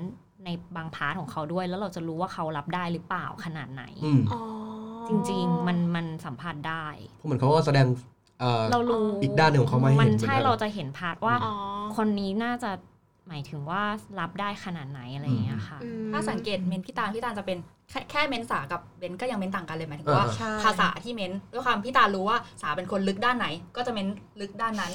S5: ในบางพาร์ทของเขาด้วย แล้วเราจะรู้ว่าเขารับได้หรือเปล่าขนาดไหน
S2: อืม
S4: อ๋อ
S5: จริง ๆ มันมันสัมผัสได้
S2: เพราะเหมือนเขาก็แสดงเอ่อ
S5: เรารู้
S2: อีกด้านหนึ่งของเขามาให้เห็นเห
S5: มัน
S2: มือน
S5: ใช่
S2: กัน
S5: เราจะเห็นพาร์ทว่า
S4: อ๋อ
S5: คนนี้น่าจะหมายถึงว่ารับได้ขนาดไหนอะไรอย่างเงี้ยค่ะ
S4: อืม
S3: ถ้าสังเกตเมนพี่ตาลพี่ตาลจะเป็นแค่แค่เมนสากับเบนก็ยังเมนต่างกันเลยหมายถึงว่า
S2: อ่า
S6: ใช่
S3: ภาษาที่เมนด้วยความพี่ตาลรู้ว่าสาเป็นคนลึกด้านไหน ก็จะเมนลึกด้านนั้น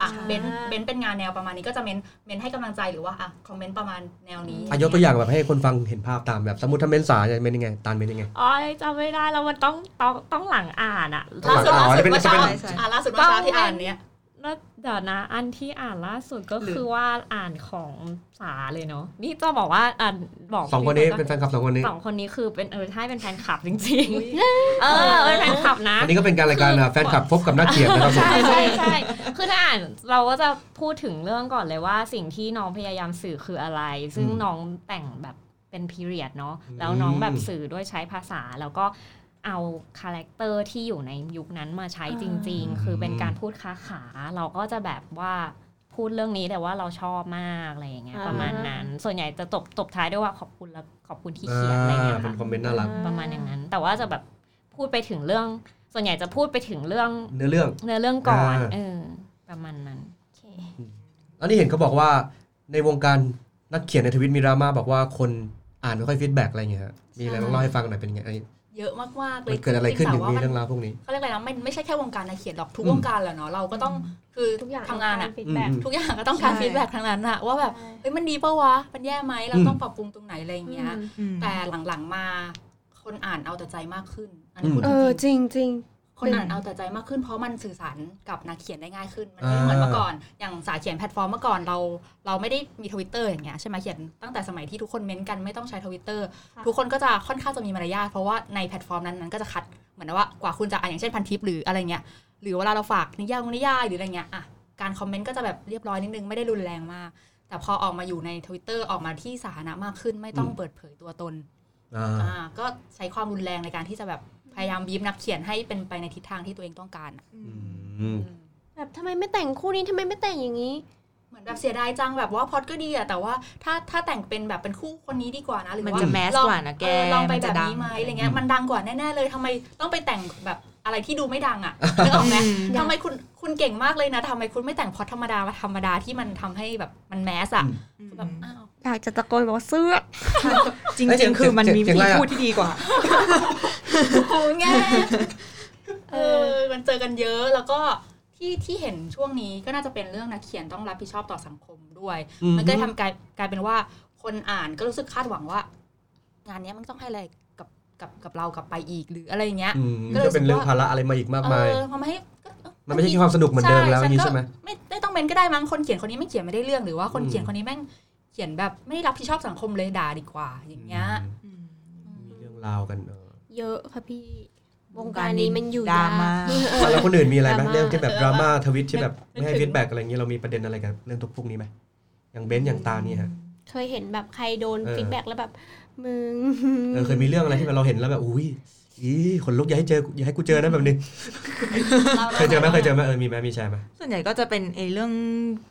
S3: อ่ะ
S4: อ่า
S3: เบนเบนเป็นงานแนวประมาณนี้ก็จะเมนเมนให้กำลังใจหรือว่าอ่ะคอมเมนต์ประมาณแนวนี้
S2: อายกตัวอย่างแบบให้คนฟังเห็นภาพตามแบบสมมติถ้าเมนสาจะเมนยังไง ตาลเมนยังไง
S5: อ๋อจำไม่ได้แล้วมันต้องต้องต้องหลังอ่านอะ
S2: ต้อ
S3: ล่าง
S2: ห
S3: สุ
S2: งอ๋อนี่
S3: ดล่าสุด
S2: เป็น
S3: เมื่อเช้า
S2: เป็น
S3: อ่าล่าสุดเมื่อเช้าที่อ่านเนี้ย
S5: แล้วเดี๋ยวนะอันที่อ่านล่าสุดก็คือว่าอ่านของสาเลยเนาะนี่จะบอกว่าอ่านบอก
S2: สองคนนี้
S5: พี่
S2: เป็นแฟนคลับสองคนนี้
S5: สองคนนี้คือเป็นเออใช่เป็นแฟนคลับจริงๆ เออเป็นแฟนคลับนะ
S2: อันนี้ก็เป็นการรายการอ่ะแฟนคลับพบกับนักเขียนนะครับผม
S5: ใช่ใช่ใช่คือถ้าอ่านเราก็จะพูดถึงเรื่องก่อนเลยว่าสิ่งที่น้องพยายามสื่อคืออะไร ซึ่ง
S2: อืม
S5: น้องแต่งแบบเป็นพีเรียดเนาะ
S2: อืม
S5: แล้วน้องแบบสื่อด้วยใช้ภาษาแล้วก็เอาคาแรคเตอร์ที่อยู่ในยุคนั้นมาใช้จริง ๆ คือเป็นการพูดค้าขา เราก็จะแบบว่าพูดเรื่องนี้แต่ว่าเราชอบมากอะไรอย่างเงี้ย
S4: อ่า
S5: ประมาณนั้น ส่วนใหญ่จะตบตบท้ายด้วยว่าขอบคุณและขอบคุณที่
S2: อ่
S5: เขียนอะไร
S2: า
S5: เงี้ย
S2: เป็
S5: ค่ะ
S2: นคอมเมนต์น่ารัก
S5: ประมาณอย่างนั้น แต่ว่าจะแบบพูดไปถึงเรื่อง ส่วนใหญ่จะพูดไปถึงเรื่อง
S2: เนื้อเรื่อง
S5: เนื้อเรื่องก่อน
S2: อ่า
S5: เออประมาณนั้น
S4: โอเค
S2: แล้วนี่เห็นเขาบอกว่าในวงการนักเขียนในทวิตมีดราม่าบอกว่าคนอ่านไม่ค่อยฟีดแบ็กอะไรอย่างเงี้ยฮะมีอะไรบ้างเล่าให้ฟังหน่อยเป็นไงไอ้
S3: เยอะมากๆเล
S2: มั
S3: ย
S2: นเกิดอะไรขึ้นถึง
S3: จๆ
S2: มี
S3: สาวว่า
S2: เรื่องราวพวกนี้
S3: เขาเรียกอะไรนะไม่ไม่ใช่แค่วงการนะเขียนหรอกทุก
S2: อืม
S3: วงการแหละเนาะเราก็ต้องคือ
S4: ทุกอย่าง
S3: ทำงาน
S4: ต้
S3: อะ
S4: ฟีดแบ็ก
S2: อืม
S3: ทุกอย่างก็ต้องการ
S6: ใช่
S3: ฟีดแบ็กทั้งนั้นอะว่าแบบ
S4: ใช่
S3: เฮ้ยมันดีปะวะมันแย่ไหมเรา
S2: อืม
S3: ต้องปรับปรุงตรงไหนอะไรอย่างเงี้ย
S6: อืม
S3: แต่หลังๆมา คนอ่านเอาแต่ใจมากขึ้นอันนี้
S2: อืม
S3: พูด
S4: เอ
S3: จ
S4: อ
S3: ริงๆ
S4: จริงจริง
S3: คนอ่านเอาแต่ใจมากขึ้นเพราะมันสื่อสารกับนักเขียนได้ง่ายขึ้น มันไม่เหมือน
S2: อ่า
S3: เมื่อก่อน อย่างสายเขียนแพลตฟอร์มเมื่อก่อนเรา เราไม่ได้มีทวิตเตอร์อย่างเงี้ยใช่ไหมเขียนตั้งแต่สมัยที่ทุกคนเม้นกันไม่ต้องใช้ทวิตเตอร์
S4: ค่ะ
S3: ทุกคนก็จะค่อนข้างจะมีมารยาทเพราะว่าในแพลตฟอร์มนั้นๆก็จะคัดเหมือนว่ากว่าคุณจะอ่านอย่างเช่นพันทิปหรืออะไรเงี้ย หรือเวลาเราฝากนิยายนิยายหรืออะไรเงี้ยอ่ะการคอมเมนต์ก็จะแบบเรียบร้อยนิดนึงไม่ได้รุนแรงมาก แต่พอออกมาอยู่ใน Twitter ออกมาที่สาธารณะมากขึ้น ไม่ต้อง
S2: อืม
S3: เปิดเผยตัวตน
S2: อ่า
S3: อ่าก็ใช้ความรุนแรงในการที่จะแบบพยายามบีบนักเขียนให้เป็นไปในทิศทางที่ตัวเองต้องการอะ
S2: อืม
S4: แบบทำไมไม่แต่งคู่นี้ทำไมไม่แต่งอย่างนี้
S3: เหมือนแบบเสียดายจังแบบว่าพล็อดก็ดีอะแต่ว่าถ้าถ้าแต่งเป็นแบบเป็นคู่คนนี้ดีกว่านะหรือ
S6: มัน
S3: ว่า
S6: จะแมส
S3: ลอง
S6: กว่านะแก
S3: เออลองไป
S6: มัน
S3: แบ
S6: จะ
S3: บ
S6: ดัง
S3: นี้ไหมอะไรเงี้ยมันดังกว่าแน่ๆเลยทำไมต้องไปแต่งแบบอะไรที่ดูไม่ดังอะ นึกออกไหม
S6: อืม
S3: ทำไมคุณคุณเก่งมากเลยนะทำไมคุณไม่แต่งพล็อดธรรมดามาธรรมดาที่มันทำให้แบบมันแมสอะ
S2: อืม
S3: คือแบบอ้าว
S4: อยากจะตะโกนบอกว่าเสื้อ
S6: จริง
S2: เอ้ยเจ๋ง
S6: ๆ คือมันมี
S2: เจ๋ง
S6: วิ
S2: อะไร
S6: ธี
S2: อะ
S6: พูดที่ดีกว่า
S3: โอ้แง่เออมันเจอกันเยอะแล้วก็ที่ที่เห็นช่วงนี้ก็น่าจะเป็นเรื่องนักเขียนต้องรับผิดชอบต่อสังคมด้วย มันก็เลยทำกลายกลายเป็นว่าคนอ่านก็รู้สึกคาดหวังว่า งานเนี้ยมันต้องให้อะไรกับกับกับเรากลับไปอีกหรืออะไรอย่างเงี้ย
S2: อืม
S3: ก็เลย
S2: ก็เป็นเรื่องภาระอะไรมาอีกมาก
S3: เอ
S2: มาย
S3: อทำให้ก็เออ
S2: มันไม่ใช่แค่ความสนุกเหมือนเดิมแล้วอย่างนี้
S3: ฉัก็
S2: ใช่ไหม
S3: ไม่ไม่ต้องเป็นก็ได้มั้งคนเขียนคนนี้ไม่เขียนไม่ได้เรื่องหรือว่าคน
S2: อืม
S3: เขียนคนนี้แม่งเขียนแบบไม่รับผิดชอบสังคมเลยด่าดีกว่า อย่างเงี้ย
S2: มีเรื่องราวกันเออ
S4: เยอะค่ะพี่ วงการนี้มันอยู่
S6: ดราย
S4: าก
S6: ม่า
S2: แล้วคนอื่นมีอะไรไหม
S4: ดราม่า
S2: เรื่องที่แบบดราม่าทวิตที่แบบไม่ให้ฟีดแบ็กอะไรอย่างนี้เรามีประเด็นอะไรกับเรื่องทุกพวกนี้ไหมอย่างเบนซ์อย่างตาเนี่ยฮะ
S4: เคยเห็นแบบใครโดน
S2: เออ
S4: ฟีดแบ็กแล้วแบบ มึง
S2: เออเคยมีเรื่องอะไรที่แบบเราเห็นแล้วแบบอุ้ยอีคนลุกอย่าให้เจออย่าให้กูเจอนะ (laughs) แบบนี้
S3: รารา
S2: เคยเจอไหมเคยเจอไหมเออมีไหมมีแชร์ไหม
S6: ส่วนใหญ่ก็จะเป็นไอ้เรื่อง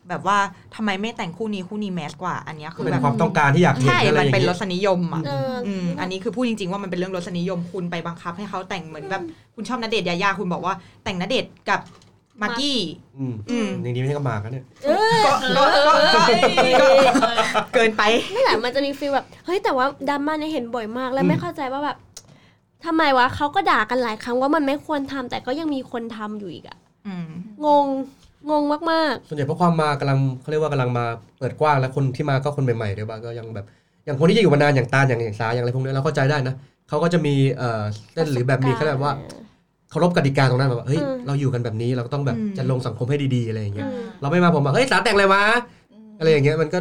S6: แบบว่าทำไมไม่แต่งคู่นี้คู่นี้แมสกว่า อันเนี้ย
S2: ก็
S6: คือ
S2: เป็น
S6: แบบ
S2: ความต้องการที่อยากเห็น
S6: ใช่
S2: อะไรอ
S6: มัน
S2: ย่าง
S6: เป็นร
S2: นี้
S6: สนิยมอ่ะ
S4: เอออ
S6: อืมอันนี้คือพูดจริงๆว่ามันเป็นเรื่องรสนิยมคุณไปบังคับให้เขาแต่งเหมือนแบบคุณชอบณเดชน์ยายาคุณบอกว่า แต่งณเดชน์กับมากกี้
S2: อืม
S6: อืม
S2: อย่างนี้ไม่ใช่ก็หมากนะเนี่ย
S4: เออ
S6: ก็ก็ก็ก็เกินไป
S4: ไม่แหละมันจะมีฟีลแบบ เฮ้ย แต่ว่าดราม่าเนี่ยเห็นบ่อยมากแล้วไม่เข้าใจว่าแบบทำไมวะเขาก็ด่ากันหลายครั้งว่ามันไม่ควรทำแต่ก็ยังมีคนทำอยู่อีกอะ
S6: อืม
S4: งง งงมาก
S2: ส่วนใหญ่เพราะความมากำลังเขาเรียกว่ากำลังมาเปิดกว้างแล้วคนที่มาก็คนใหม่ๆด้วยบ้างก็ยังแบบ อย่างคนที่จะอยู่มานานอย่างตาลอย่างอย่างสาอย่างอะไรพวกนี้เราเข้าใจได้นะเขาก็จะมีเอ่อ
S4: ๆ
S2: เล่นหรือแบบมีเขาเรียกว่า
S4: เออ
S2: เคารพกติกาตรงนั้นแบบว่าเฮ้ย
S4: อืม
S2: เราอยู่กันแบบนี้เราก็ต้องแบบ
S6: อืม
S2: จะลงสังคมให้ดีๆอะไรอย่างเงี้ย
S4: อืม
S2: เราไม่มาผมแบบเฮ้ยสาแต่งอะไรวะอะไรอย่างเงี้ยมันก็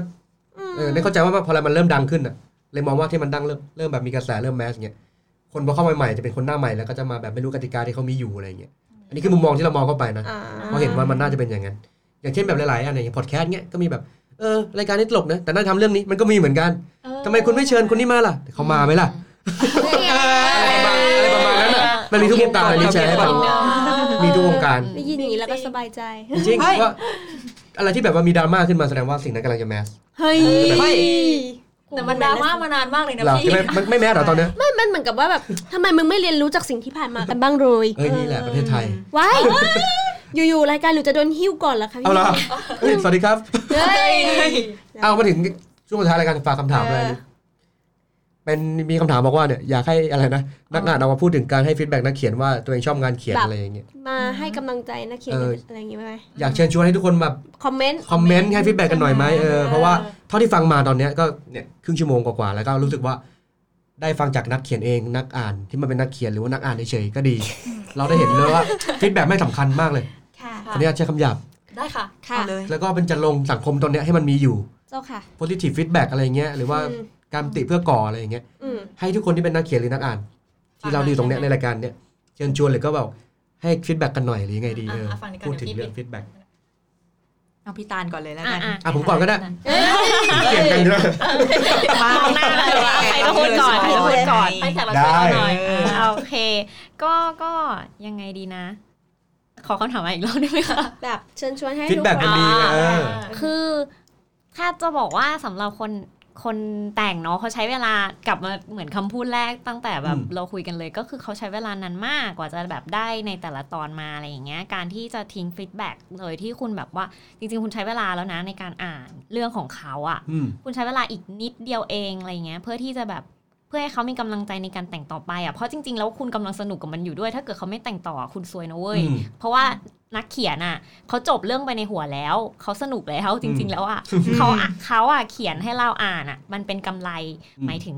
S2: เออไม่เข้าใจว่าพอมันเริ่มดังขึ้นอ่ะเลยมองว่าที่มันดังเริ่มเริ่มแบบมีกระแสเริ่มแมสเงี้ยคนพอเข้ามาใหม่ๆจะเป็นคนหน้าใหม่แล้วก็จะมาแบบไม่รู้กติกาที่เขามีอยู่อะไรอย่างเงี้ยอันนี้คือมุมมองที่เรามองเข้าไปนะ
S4: อ่า
S2: เพราะเห็นว่ามันน่าจะเป็นอย่างนั้น อย่างเช่นแบบหลายๆอันอย่างพอดแคสต์เงี้ยก็มีแบบเออรายการนี้ตลกนะแต่น่าทำเรื่องนี้มันก็มีเหมือนกัน
S3: เออ
S2: ทำไมคุณไม่เชิญคนนี้มาล่ะเขามาไหมล่ะอะไรประมาณอะไรประมาณนั้นน่ะมันมีทุกวงการเลยนี่แชร์ให้แบบมีทุกวงการ
S4: ได้ยินอย่างนี้แล้วก็สบายใจ
S2: จริง
S6: เฮ้ย
S2: ๆว่าอะไรที่แบบว่ามีดราม่าขึ้นมาแสดงว่าสิ่งนั้นกำลังจะแมส
S4: เฮ้ย
S2: เฮ้ย
S3: แต่มันดราม่ามานานมากเลยนะ
S2: เหรอ
S3: พี่
S2: ใช่ไหมมันไม่แมสเหรอตอนเนี้ย
S4: ไม่มันเหมือนกับว่าแบบ ทำไมมึงไม่เรียนรู้จากสิ่งที่ผ่านมา (laughs) กันบ้างเลย
S2: เอ้ยนี่แหละประเทศไทย
S4: ว้าย (laughs) อยู่ๆรายการหนูจะโดนหิ้วก่อนเหรอคะพี่
S2: เอาละเฮ้ยสวัสดีครับ
S4: เฮ้ย
S2: เอามาถึงช่วงสุดท้ายรายการฝากคำถามอะไรนี่เป็นมีคำถามบอกว่าเนี่ยอยากให้อะไรนะนักอ่านเอามาพูดถึงการให้ฟีดแบ็กนักเขียนว่าตัวเองชอบงานเขียน
S4: แบบ
S2: อะไรอย่างเงี้ย
S4: (laughs) มาให้กำลังใจนะเขียน
S2: เออ
S4: อะไรอย่างงี้ไหม
S2: อยากเชิญชวนให้ทุกคนแบบ
S4: คอมเมนต์
S2: คอมเมนต์ให้ฟีดแบ็กกันหน่อยไหมเออเพราะว่าเท่าที่ฟังมาตอนเนี้ยก็เนี่ยครึ่งชั่วโมงกว่าๆแล้วก็รู้สึกว่าได้ฟังจากนักเขียนเองนักอ่านที่มันเป็นนักเขียนหรือว่านักอ่านเฉยๆก็ดี เราได้เห็นเลยว่าฟีดแบ็กไม่งสำคัญมากเลย
S4: ค่ะ
S2: อันนี้ใช้คำหยาบ
S3: ได้ค่ะ
S4: ค่ะ
S6: เอาเลย
S2: แล้วก็เป็นจะลงสังคมตอนเนี้ยให้มันมีอยู่
S4: เจ้าค่ะ
S2: positive feedback อะไรเงี้ยหรือว่า
S4: อืม
S2: การติเพื่อก่ออะไรอย่างเงี้ย
S4: อืม
S2: ให้ทุกคนที่เป็นนักเขียนหรือนักอ่าน ที่เรา
S3: อ่า
S2: ดีตรงเนี้ย
S3: ใช่
S2: ใน
S3: ไหม
S2: รายการเนี้ยเชิญชวนหรือก็แบบให้ฟีดแบ็กกันหน่อยหรือยังไงดีเออ
S3: อ่ะฟังดีกว่า
S2: พูดถึง
S3: เดี๋ยวพี่
S2: เรื่องฟีดแบ็ก
S6: เอาพี่ตาลก่อนเลยแล้วกัน
S5: อ่ะ
S2: อ่ะผมก่อนก็ได้เกี่ยงกันด้วย
S6: มาม
S5: องหน้ากันเลยว่าใครก็พูดก่อนใครก็พูดก่อน
S3: ให้แขกรับเชิญเราหน่อย
S6: ได้
S3: อ่ะ
S5: อ่าโอเค ก็ ก็ยังไงดีนะ ขอคำถามมาอีกรอบได้ไหมคะ
S4: แบบเชิญชวนให้
S2: ฟีดแบ็ก
S4: ทุ
S2: มัน
S4: ค
S2: ดีนะเออ
S5: คือ ถ้าจะบอกว่าสำหรับคน คนแต่งเนาะเขาใช้เวลากลับมาเหมือนคำพูดแรกตั้งแต่แบบ
S2: อืม
S5: เราคุยกันเลย ก็คือเขาใช้เวลานานมากกว่าจะแบบได้ในแต่ละตอนมาอะไรอย่างเงี้ย การที่จะทิ้งฟีดแบ็กเลยที่คุณแบบว่า จริง ๆ คุณใช้เวลาแล้วนะในการอ่านเรื่องของเขาอะ
S2: อืม
S5: คุณใช้เวลาอีกนิดเดียวเองอะไรเงี้ยเพื่อที่จะแบบเพื่อให้เขามีกำลังใจในการแต่งต่อไปอ่ะเพราะจริงๆแล้วคุณกำลังสนุกกับมันอยู่ด้วย ถ้าเกิดเขาไม่แต่งต่อคุณซวยนะเว้ย
S2: อืม
S5: เพราะว่านักเขียนอ่ะเขาจบเรื่องไปในหัวแล้วเขาสนุกแล้วจริง ๆ แล้วอ่ะเขาอ่ะเขาอ่ะเขียนให้เราอ่านอ่ะมันเป็นกำไรหมายถึง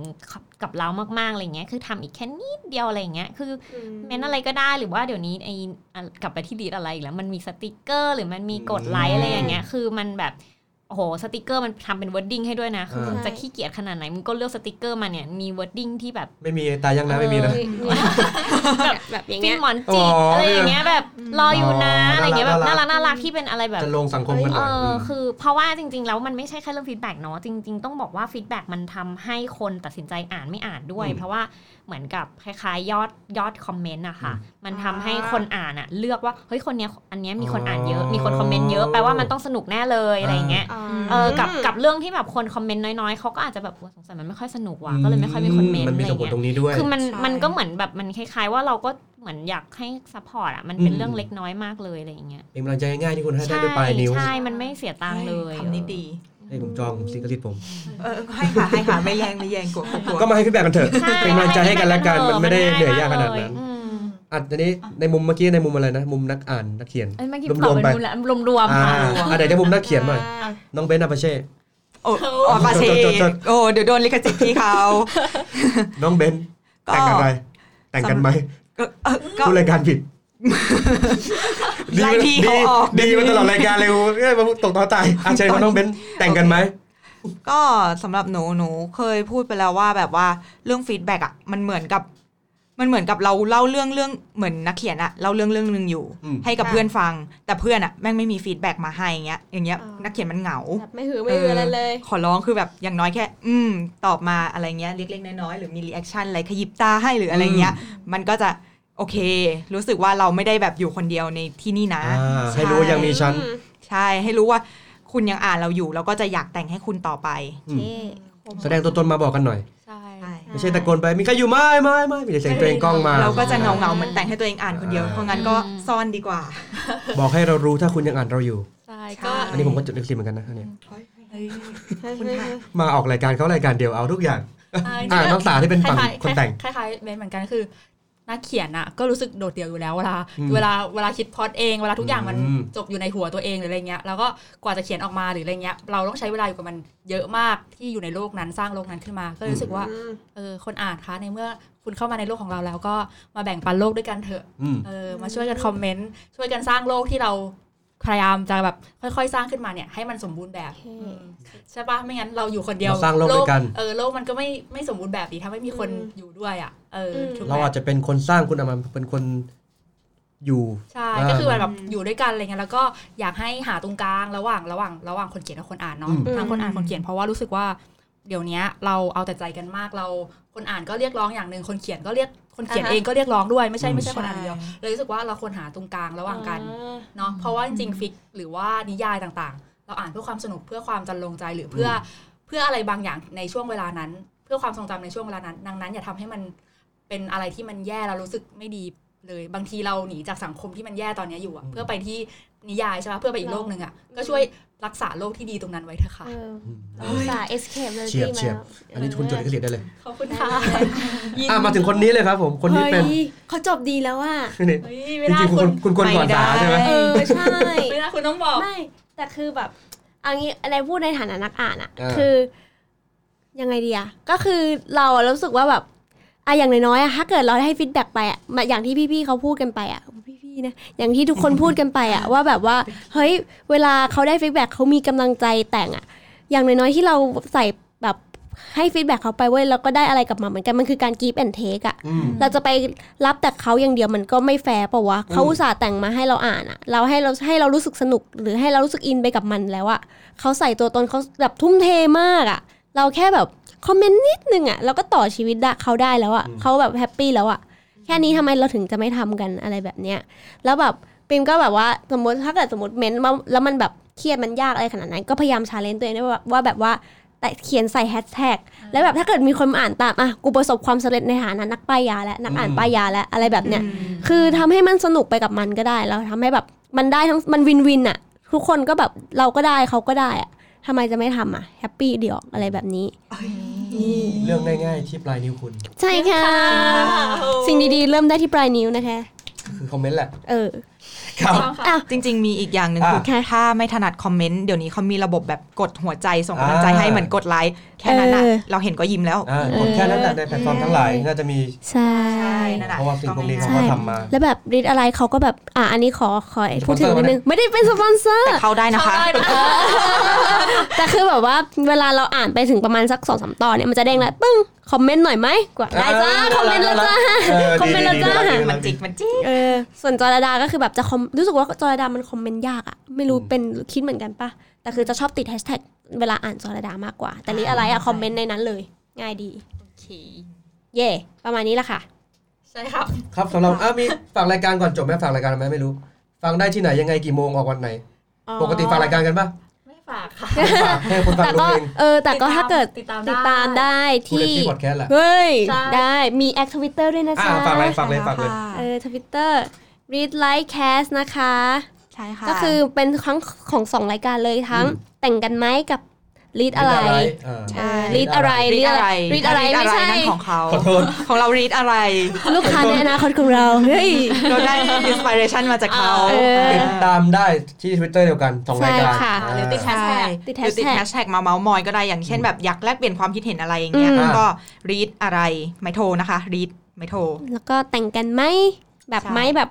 S5: กับเรามากๆอะไรเงี้ยคือทำอีกแค่นิดเดียวอะไรเงี้ยคือ
S4: อืม
S5: เม้นอะไรก็ได้หรือว่าเดี๋ยวนี้ไอ้อ่ะกลับไปที่ดีดอะไรอีกแล้วมันมีสติกเกอร์ หรือมันมีกดไลค์
S2: อืม
S5: อะไรอย่างเงี้ย คือมันแบบโอ้ โหสติกเกอร์มันทำเป็นวอร์ดดิ้งให้ด้วยนะ คือ
S2: เออ
S5: มึงจะขี้เกียจขนาดไหนมึงก็เลือกสติกเกอร์มาเนี่ยมีวอร์ดดิ้งที่แบบ
S2: ไม่มีตายยังนะไม่มีนะ
S5: แบบ
S4: แบบอย่าง
S5: ฟิ
S4: เงี้
S5: น
S4: ย
S5: หมอนจิก
S2: อ๋ออ
S5: อะไรอย่างเงี้ยแบบรออยู่นะ
S2: อ๋ออ
S5: อะไรอย่างเงี้ยแบบ
S2: น่า
S5: น่า
S2: รัก
S5: รักน่ารักที่เป็นอะไรแบบ
S2: จะลงสังคมกันห
S5: เอ
S2: น่อย
S5: อ
S2: ม
S5: คือเพราะว่าจริง ๆ แล้วมันไม่ใช่แค่เรื่องฟีดแบ็กเนาะจริง ๆ ต้องบอกว่าฟีดแบ็กมันทำให้คนตัดสินใจอ่านไม่อ่านด้วย
S2: อืม
S5: เพราะว่าเหมือนกับคล้ายๆ ยอดยอดคอมเมนต์อะค่ะ มันทำให้
S6: อ่า
S5: คนอ่านอะเลือกว่าเฮ้ยคนเนี้ยอันเนี้ยมีคนอ่านเยอะ
S2: อ๋อ
S5: มีคนคอมเมนต์เยอะแปลว่ามันต้องสนุกแน่เลยอะไรอย่างเงี้ยเออกับกับเรื่องที่แบบคนคอมเมนต์น้อยๆเขาก็อาจจะแบบโอ้สงสัยมันไม่ค่อยสนุกว่ะก็เลยไม่ค่อยมีคนเมนต์
S2: มัน
S5: อะ
S2: มี
S5: ไร
S2: ส่วน
S5: อย่าง
S2: ผล
S5: เงี้ย
S2: ตรงนี้ด้วย
S5: คือมัน
S6: ใช่
S5: มันก็เหมือนแบบมันคล้าย ๆ ว่าเราก็เหมือนอยากให้ซัพพอร์ตอะมันเป็น
S2: อืม
S5: เรื่องเล็กน้อยมากเลยอะไรอย่างเงี้ย
S2: เป็นกำลังใจง่ายๆที่คุณให้ได้
S5: ใช่
S2: ด้วยปลายนิ้ว
S5: ใช่ มันไม่เสียตังค์เลย
S6: คำนี้ดี
S2: ให้ผมจองผมซิกลิตผม
S6: เออให้ค่ะให้ค่ะไม่แย่งไม่แย่งกลัวกลัว
S2: ก็มาให้ฟีดแบ็กกันเถอะ
S5: ช่
S2: เป็นกำลังใจให้กันและกัน
S5: ออ
S2: มันไม่ได้เหนื่อยยากขนาด
S5: เล
S2: นั้น
S5: อืม
S2: อ่ะทีนี้ในมุมเมื่อกี้ในมุมอะไรนะ มุมนักอ่านนักเขียน
S5: เอ้ยเมื่อกี้
S2: รวมๆ
S5: ตอบไป
S2: ไป
S5: รวมแล้วรวม
S2: อ่า
S5: ๆค่ะ
S2: อ่ะเดี๋ยวจะมุมนักเขียนหน่อยน้องเบนซ์อาปาเช่
S5: (laughs)
S6: โอ้ออกมาเช
S2: จดจดจด
S6: โอ้เดี๋ยวโดนลิขสิทธิ์ที่เขา
S2: น้องเบนซ์
S6: ก็
S2: แต่งอะไร แต่งกันไหม
S6: ก็เออก็
S2: พูดรายการผิด
S6: ไล่พี่เขาออก
S2: ดีดีมาตลอดรายการเลยเอ้ยมาตกต่อตายอาเชยน้องเบนซ์แต่งกันไหม
S6: ก็สำหรับหนูหนูเคยพูดไปแล้วว่าแบบว่าเรื่องฟีดแบ็กอะมันเหมือนกับ มันเหมือนกับเราเล่าเรื่องเรื่องเหมือนนักเขียนอะเล่าเรื่องเรื่องหนึ่งอยู่
S2: อืม
S6: ให้กับ
S4: ค่ะ
S6: เพื่อนฟัง แต่เพื่อนอะแม่งไม่มีฟีดแบ็กมาให้อย่างเงี้ยอย่างเงี้ย
S4: อ๋อ
S6: นักเขียนมันเหงา
S4: แบบไม่หือไม่อืออะไรเลย
S6: ขอร้องคือแบบอย่างน้อยแค่ อืม ตอบมาอะไรเงี้ยเล็กๆน้อยๆหรือมีรีแอคชั่นอะไรขยิบตาให้หรืออะไรเงี้ย มันก็จะโอเค รู้สึกว่าเราไม่ได้แบบอยู่คนเดียวในที่นี่นะ
S2: อ่าให้รู้ว่ายังมีชั้น
S6: ใช่ให้รู้ว่าคุณยังอ่านเราอยู่ แล้วก็จะอยากแต่งให้คุณต่อไป
S4: เท่คม
S2: แสดงตัวตนมาบอกกันหน่อย
S3: ใช่
S2: ไม่ใช่ตะโกนไปมีใครอยู่ไหมไม่ไม่มีแต่เสียงตัวเองกล้องมา
S6: เราก็จะเงาเงาๆเหมือนแต่งให้ตัวเองอ่านคนเดียว เพราะงั้นก็
S5: อืม
S6: ซ่อนดีกว่า
S2: บอกให้เรารู้ถ้าคุณยังอ่านเราอยู่
S3: ใช่
S6: ใช่
S3: ก็
S2: อันนี้ผมก็จดลิขสิทธิ์เหมือนกันนะอันเนี้ย
S6: คุณค่ะ
S2: มาออกรายการเขารายการเดียวเอาทุกอย่าง
S3: า
S2: อ่าน้องสาที่เป็นฝั่ง
S3: ล้ายๆ
S2: คนแต่ง
S3: คล้ายๆคล้ายๆเบนเหมือนกันคือ นักเขียนอะก็รู้สึกโดดเดี่ยวอยู่แล้วเวลา
S2: อืม
S3: เวลาเวลาคิดพล็อดเองเวลาทุกอย่างมัน
S2: อืม
S3: จบอยู่ในหัวตัวเองหรืออะไรเงี้ยแล้วก็กว่าจะเขียนออกมาหรืออะไรเงี้ยเราต้องใช้เวลาอยู่กับมันเยอะมากที่อยู่ในโลกนั้นสร้างโลกนั้นขึ้นมา ก็เลยรู้สึกว่าเออคนอ่านคะในเมื่อคุณเข้ามาในโลกของเราแล้วก็มาแบ่งปันโลกด้วยกันเถอะ
S2: อืม
S3: เออมาช่วยกันคอมเมนต์ช่วยกันสร้างโลกที่เราพยายามจะแบบค่อยๆ สร้างขึ้นมาเนี่ยให้มันสมบูรณ์แบบ
S4: โอเค
S3: อืมใช่ปะไม่งั้นเราอยู่คนเดียว
S2: เราสร้างโลกด้วยกัน
S3: เออโลกมันก็ไม่ไม่สมบูรณ์แบบดีถ้าไม่มีคนอยู่ด้วยอ่ะเอออ
S4: ม
S3: ถูกไหม
S2: เราอาจจะเป็นคนสร้างคุณอามันเป็นคนอยู่
S3: ใช่
S2: อ่า
S3: ก็คือแบบอยู่ด้วยกันอะไรเงี้ยแล้วก็อยากให้หาตรงกลางระหว่างระหว่างระหว่างคนเขียนกับคนอ่านเนาะ
S2: อืม
S3: ทั้งคนอ่านคนเขียนเพราะว่ารู้สึกว่าเดี๋ยวเนี้ยเราเอาแต่ใจกันมากเราคนอ่านก็เรียกร้องอย่างหนึ่งคนเขียนก็เรียกคนเขียน
S4: อ่าฮะ
S3: เองก็เรียกร้องด้วยไม่ใช่ไม่ใช่
S6: อืม
S3: คนอ่านอย่างเดียว
S6: ใช่
S3: เลยรู้สึกว่าเราควรหาตรงกลางระหว่างกัน
S4: อ่า
S3: เนาะเพราะว่าจริงๆฟิกหรือว่านิยายต่างๆ เราอ่านเพื่อความสนุกเพื่อความจันลงใจหรือเพื่ออเพื่ออะไรบางอย่างในช่วงเวลานั้น เพื่อความทรงจำในช่วงเวลานั้น ดังนั้นอย่าทำให้มันเป็นอะไรที่มันแย่เรารู้สึกไม่ดีเลย บางทีเราหนีจากสังคมที่มันแย่ตอนเนี้ยอยู่อะ
S2: อืม
S3: เพื่อไปที่นิยายใช่ไหมเพื่อไปอีกโลกหนึ่งอะก็ช่วยรักษาโลกที่ดีตรงนั้นไว้เถอะค่ะ
S4: เออ
S2: อืม
S4: น้องสาเอสเคปเลย
S2: เฉียบเฉียบ อันนี้คุณจดลิขสิทธิ์ได้เลย
S3: ขอบคุณค่ะ
S2: อ่ะมาถึงคนนี้เลยครับผมคนนี้เป็น
S4: เขาจบดีแล้วอ่ะ
S2: นี่
S3: เฮ้ยไม่
S2: จ
S3: ได้
S2: ริงๆคุณ
S3: คุณ
S2: คุณควรก่อนสาใช่ไหม
S4: เออ ใช่
S3: ไม่ได้คุณต้องบอก
S4: ไม่ แต่คือแบบเอางี้อะไรพูดในฐานะนักอ่านอ่ะ
S2: า
S4: คือ ยังไงดีอ่ะ ก็คือเราอะรู้สึกว่าแบบอะอย่างน้อยๆอะถ้าเกิดเราได้ให้ฟีดแบ็กไปอ่ะมาอย่างที่พี่ๆเขาพูดกันไปอ่ะพี่ๆนะอย่างที่ทุกคนพูดกันไป
S2: (laughs)
S4: อ่ะ ว่าแบบว่าเฮ้ยเวลาเขาได้ฟีดแบ็กเขามีกำลังใจแต่งอ่ะ อย่างน้อยๆที่เราใส่แบบให้ฟีดแบ็กเขาไปเว้ยเราก็ได้อะไรกลับมาเหมือนกันมันคือการกีฟแอนเทคอ่ะ
S2: อืม
S4: เราจะไปรับแต่เขาอย่างเดียวมันก็ไม่แฟร์ปะวะ
S2: อืม
S4: เขาอุตส่าห์แต่งมาให้เราอ่านอะเราให้เราให้เรารู้สึกสนุกหรือให้เรารู้สึกอินไปกับมันแล้วอะเขาใส่ตัวตนเขาแบบทุ่มเทมากอะเราแค่แบบคอมเมนต์นิดนึงอะเราก็ต่อชีวิตได้เขาได้แล้วอะเขาแบบแฮปปี้แล้วอะแค่นี้ทำไมเราถึงจะไม่ทำกันอะไรแบบเนี้ยแล้วแบบปิมก็แบบว่าสมมติถ้าเกิดสมมติเม้นต์มาแล้วมันแบบเครียดมันยากอะไรขนาดนั้น ก็พยายามชาเลนจ์ตัวเองด้วยว่าว่าแบบว่าแต่เขียนใส่แฮชแท็ก แล้วแบบถ้าเกิดมีคนมาอ่านตามอ่ะกูประสบความสำเร็จในฐานะนักป้ายยาและนักอ่านป้ายยาและอะไรแบบเนี้ย
S6: อืม
S4: คือทำให้มันสนุกไปกับมันก็ได้แล้วทำให้แบบมันได้ทั้งมันวินวินอะทุกคนก็แบบเราก็ได้เขาก็ได้อะทำไมจะไม่ทำอ่ะแฮปปี้เดียวอะไรแบบนี้
S2: เรื่องง่ายๆที่ปลายนิ้วคุณ
S4: ใช่ค่ะ สิ่งดีๆ เริ่มได้ที่ปลายนิ้วนะคะ
S2: คือคอมเมนต์แหละ
S4: เออ
S2: ครับ
S4: อ้าว
S6: จริง ๆ มีอีกอย่างหนึ่ง
S2: อ่ะ
S6: คือถ้าไม่ถนัดคอมเมนต์เดี๋ยวนี้เขามีระบบแบบกดหัวใจส่งกำลังใจ
S2: อ่า
S6: ให้เหมือนกดไลค์แค่นั้นน่ะ
S4: เออ
S6: เราเห็นก็ยิ้มแล้ว
S2: อ่าคนแค่นั้นแหละในแพลตฟอร์มทั้งหลายน่าจะมี
S4: ใช่
S6: ใช่ นั่นแหละ
S2: เพราะว่าสิ่งพวกนี้เขา
S4: ใช่
S2: ก็ทำมา
S4: แล้วแบบรีดอะไรเขาก็แบบอ่ะอันนี้ขอขอพูดถึงนิดนึงไม่ได้เป็นสปอนเซอร์ (laughs)
S6: แต่เข้าได้นะคะ
S4: แต่คือแบบว่าเวลาเราอ่านไปถึงประมาณสักสองสามตอนเนี่ยมันจะเด้งแล้วปึ้งคอมเมนต์หน่อยไหมกว่าได้จ้าคอมเมนต์แล้วจ้า คอมเมนต์แล้วจ้า
S6: มันจิกมันจิก
S4: เออส่วนจอราดาก็คือแบบจะคอมรู้สึกว่าจอราดามันคอมเมนต์ยากอะไม่รู้
S2: อืม
S4: เป็นคิดเหมือนกันปะแต่คือจะชอบติดแฮชแท็กเวลาอ่านจอราดามากกว่า แต่รีดอะไรอะคอมเมนต์ในนั้นเลย ง่ายดี
S3: โอเค
S4: เย่ประมาณนี้ละค่ะ
S3: ใช่ครับ
S2: ครับสำหรับอ่ะมีฝากรายการก่อนจบไหมฝากรายการไหมไม่รู้ ฟังได้ที่ไหนยังไงกี่โมงออกวันไหน ปกติฝากรายการกันปะ
S3: ไม่ฝากค่ะ
S2: ไม่ฝากให้คนฟัง
S4: แต่
S2: รู้
S4: ก็
S2: เอง
S4: เออแต่ก็ถ้าเกิด
S3: ติดตาม
S4: ติดตามได้
S2: คุณเอ
S4: ที่
S2: ฟซีพอดแคสต์แหละ
S4: เฮ้ย
S3: ใช่
S4: ได้มีแอคทวิตเตอร์ด้วยนะ
S2: อ่า
S4: จ๊ะ
S2: ฝากเลยฝากเลยฝากเลย
S4: เออทวิตเตอร์ read like cast นะคะ
S6: ใช่ค่ะ
S4: ก็คือเป็นครั้งของสองรายการเลยทั้ง
S2: อืม
S4: แต่งกันไหมกับ read อะไร
S2: เออ
S4: ใช่ read อะไร
S6: รี
S4: read
S6: ดอะ
S4: อะไรไร read อะไรไม่ใช่
S6: นั่นของเขา
S2: ขอโทษ
S6: ของเรารีดอะไร
S4: ลูกค้าในอนาคตของเรา เฮ้ย
S6: เราได้อินสปิเรชันมาจากเขา
S4: เออ
S2: ติดตามได้ที่ทวิตเตอร์เดียวกันสองรายการ
S4: ใช่ค่ะ
S2: อ่า
S3: หรือติดแฮช
S6: ใช่
S3: แท็ก
S4: ติด
S6: หรือติด
S4: hashtag
S6: แฮชแท็กมาเมาส์มอยก็ได้อย่างเช่นแบบอยากแลกเปลี่ยนความคิดเห็นอะไรอย่างเงี้ย
S4: อืม
S6: ก็รีดอะไรไม่โทรนะคะรีดไม่โทร
S4: แล้วก็แต่งกันไหมแบบ
S6: ใช่
S4: ไหมแบบ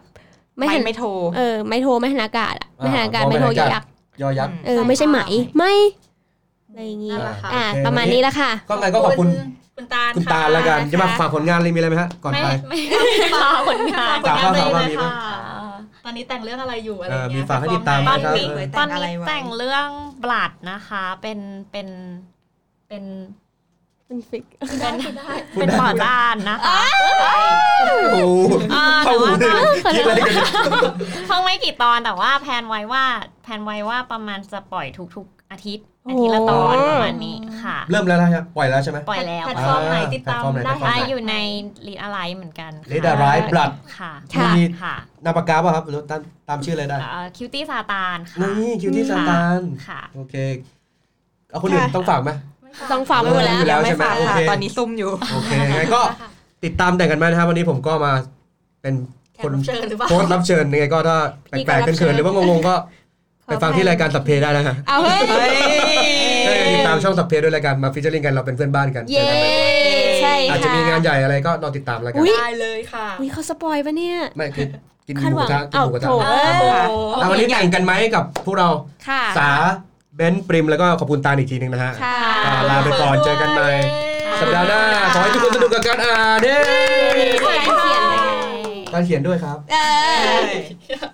S4: ไม่
S6: ไม่
S4: หัน
S6: ไม่โทร
S4: เออไม่โทรไม่หันอากาศอะไม่หันอากาศ
S2: อ่า
S4: ไม่โทร
S2: ไม่หันอากาศ
S4: ยักษ์
S2: ยอยักษ์
S4: เออไม่ใช่ไหมไม่อะไรอย่างงี้
S3: นั่นแหละค่ะ
S4: อ่า
S2: โอเค
S4: ประมาณนี้ละค่ะ
S2: ก็ไงก็ขอบคุณ
S3: คุณตาล
S2: คุณตาลแล้วกัน
S3: ค่
S2: จะมาฝากผลงานอะไรมีอะไรไหมฮะก่อน
S5: ไม่
S2: ไป
S5: ไม่ไม่ฝากผลงาน
S3: ฝากผลงาน
S2: ฝาก
S3: ตัวเอง
S2: ว่า
S3: เลย
S2: มีไหม
S3: ค่ะตอนนี้แต่งเรื่องอะไรอยู่อะไร
S2: เออ
S3: เงี้ย
S2: มีฝากให้ติดตาม
S3: ฟอร์
S2: นะครับ
S3: ไหน
S5: ตอน
S6: แต่งอะไร
S5: นี้
S6: ไว้
S5: แต่งเรื่องบลัดนะคะ เป็นเป็นเป็น
S4: เป็นฟิก
S5: เป็นเป็นต่อด้านนะคะ
S2: โอ้โห
S5: อ่า
S2: เข้าหู
S5: แต่
S2: ดิ
S5: ว่า
S2: คิดอะไรกันเนี่ย
S5: เพิ่งไม่กี่ตอนแต่ว่าแพลนไว้ว่าแพลนไว้ว่าประมาณจะปล่อยทุกๆอาทิตย์
S4: โอ้
S5: อาทิตย์ละตอนประมาณนี้ค่ะ
S2: เริ่มแล้วนะฮะปล่อยแล้วใช่ไหม
S5: ปล่อยแล้ว
S3: แพลต
S2: ค่ะ
S3: ฟอร์มไหนติดตาม
S2: แพลตฟอร์มไหน
S3: ได้
S5: ไป
S3: ค่ะ
S5: อยู่ในรีดอะไรเหมือนกันค่ะ
S2: Read Alive Blood
S5: ค่ะ
S4: ค่ะ
S2: มี
S5: ค่ะ
S2: นามปากกาป่ะครับหรือตามตามชื่ออะไรได้
S5: คิวตี้ซาตานค่ะ
S2: นี่คิวที่ซาตาน
S5: ค่ะ
S2: โอเค เอาคนอื่น
S6: ค่ะ
S2: ต้องฝากไหม
S4: ต้องฝากไว้หมดแล้ว
S2: อยู่แล้ว
S6: ไม่
S2: ใช่ไหม
S6: ฝาก
S2: โอ
S6: ค่ะ
S2: เค
S6: ตอนนี้ซุ่มอยู่
S2: โอเคยังไงก็ติดตามแต่งกันไหมนะครับวันนี้ผมก็มาเป็น
S3: แขก
S2: คน
S3: รับเชิญหรือเปล่า
S2: โพสต์รับเชิญยังไงก็ถ้าแปลกๆเขินๆหรือว่างงๆก็ไปฟังที่รายการสับเพได้นะฮะ
S4: เอาเฮ้ย
S2: เออติดตามช่องสับเพด้วยรายการมาฟิชเชอริงกันเราเป็นเพื่อนบ้านกันเจอ
S4: เย้
S2: กันบ่อย
S4: ใช่
S2: ๆ
S4: ค่ะ
S2: อาจจะมีงานใหญ่อะไรก็รอติดตามแล้วกัน
S4: อุ๊ย
S3: ได้เลยค่ะ
S4: อุ๊ยเขาสปอยปะเนี่ย
S2: ไม่คือกินห
S4: คาด
S2: มู
S4: ห
S2: ก
S4: วั
S2: ระ
S4: ง
S2: ทะกินหมูกระทะ
S4: เอ้าโถ่
S3: โอ้โห
S2: เอาวันนี้แต่งกันไหมกับพวกเรา
S4: ค่ะ
S2: สาเบนซ์ปริมแล้วก็ขอบคุณตาลอีกทีหนึงนะฮะ
S4: ค่ะ
S2: อ่าลาไปก่อนเจอกันใหม่ สัปดาห์หน้าขอให้ทุกคนสนุกกับการอ่านเด้
S4: เขียนเลย
S2: การเขียนด้วยครับ
S4: เออ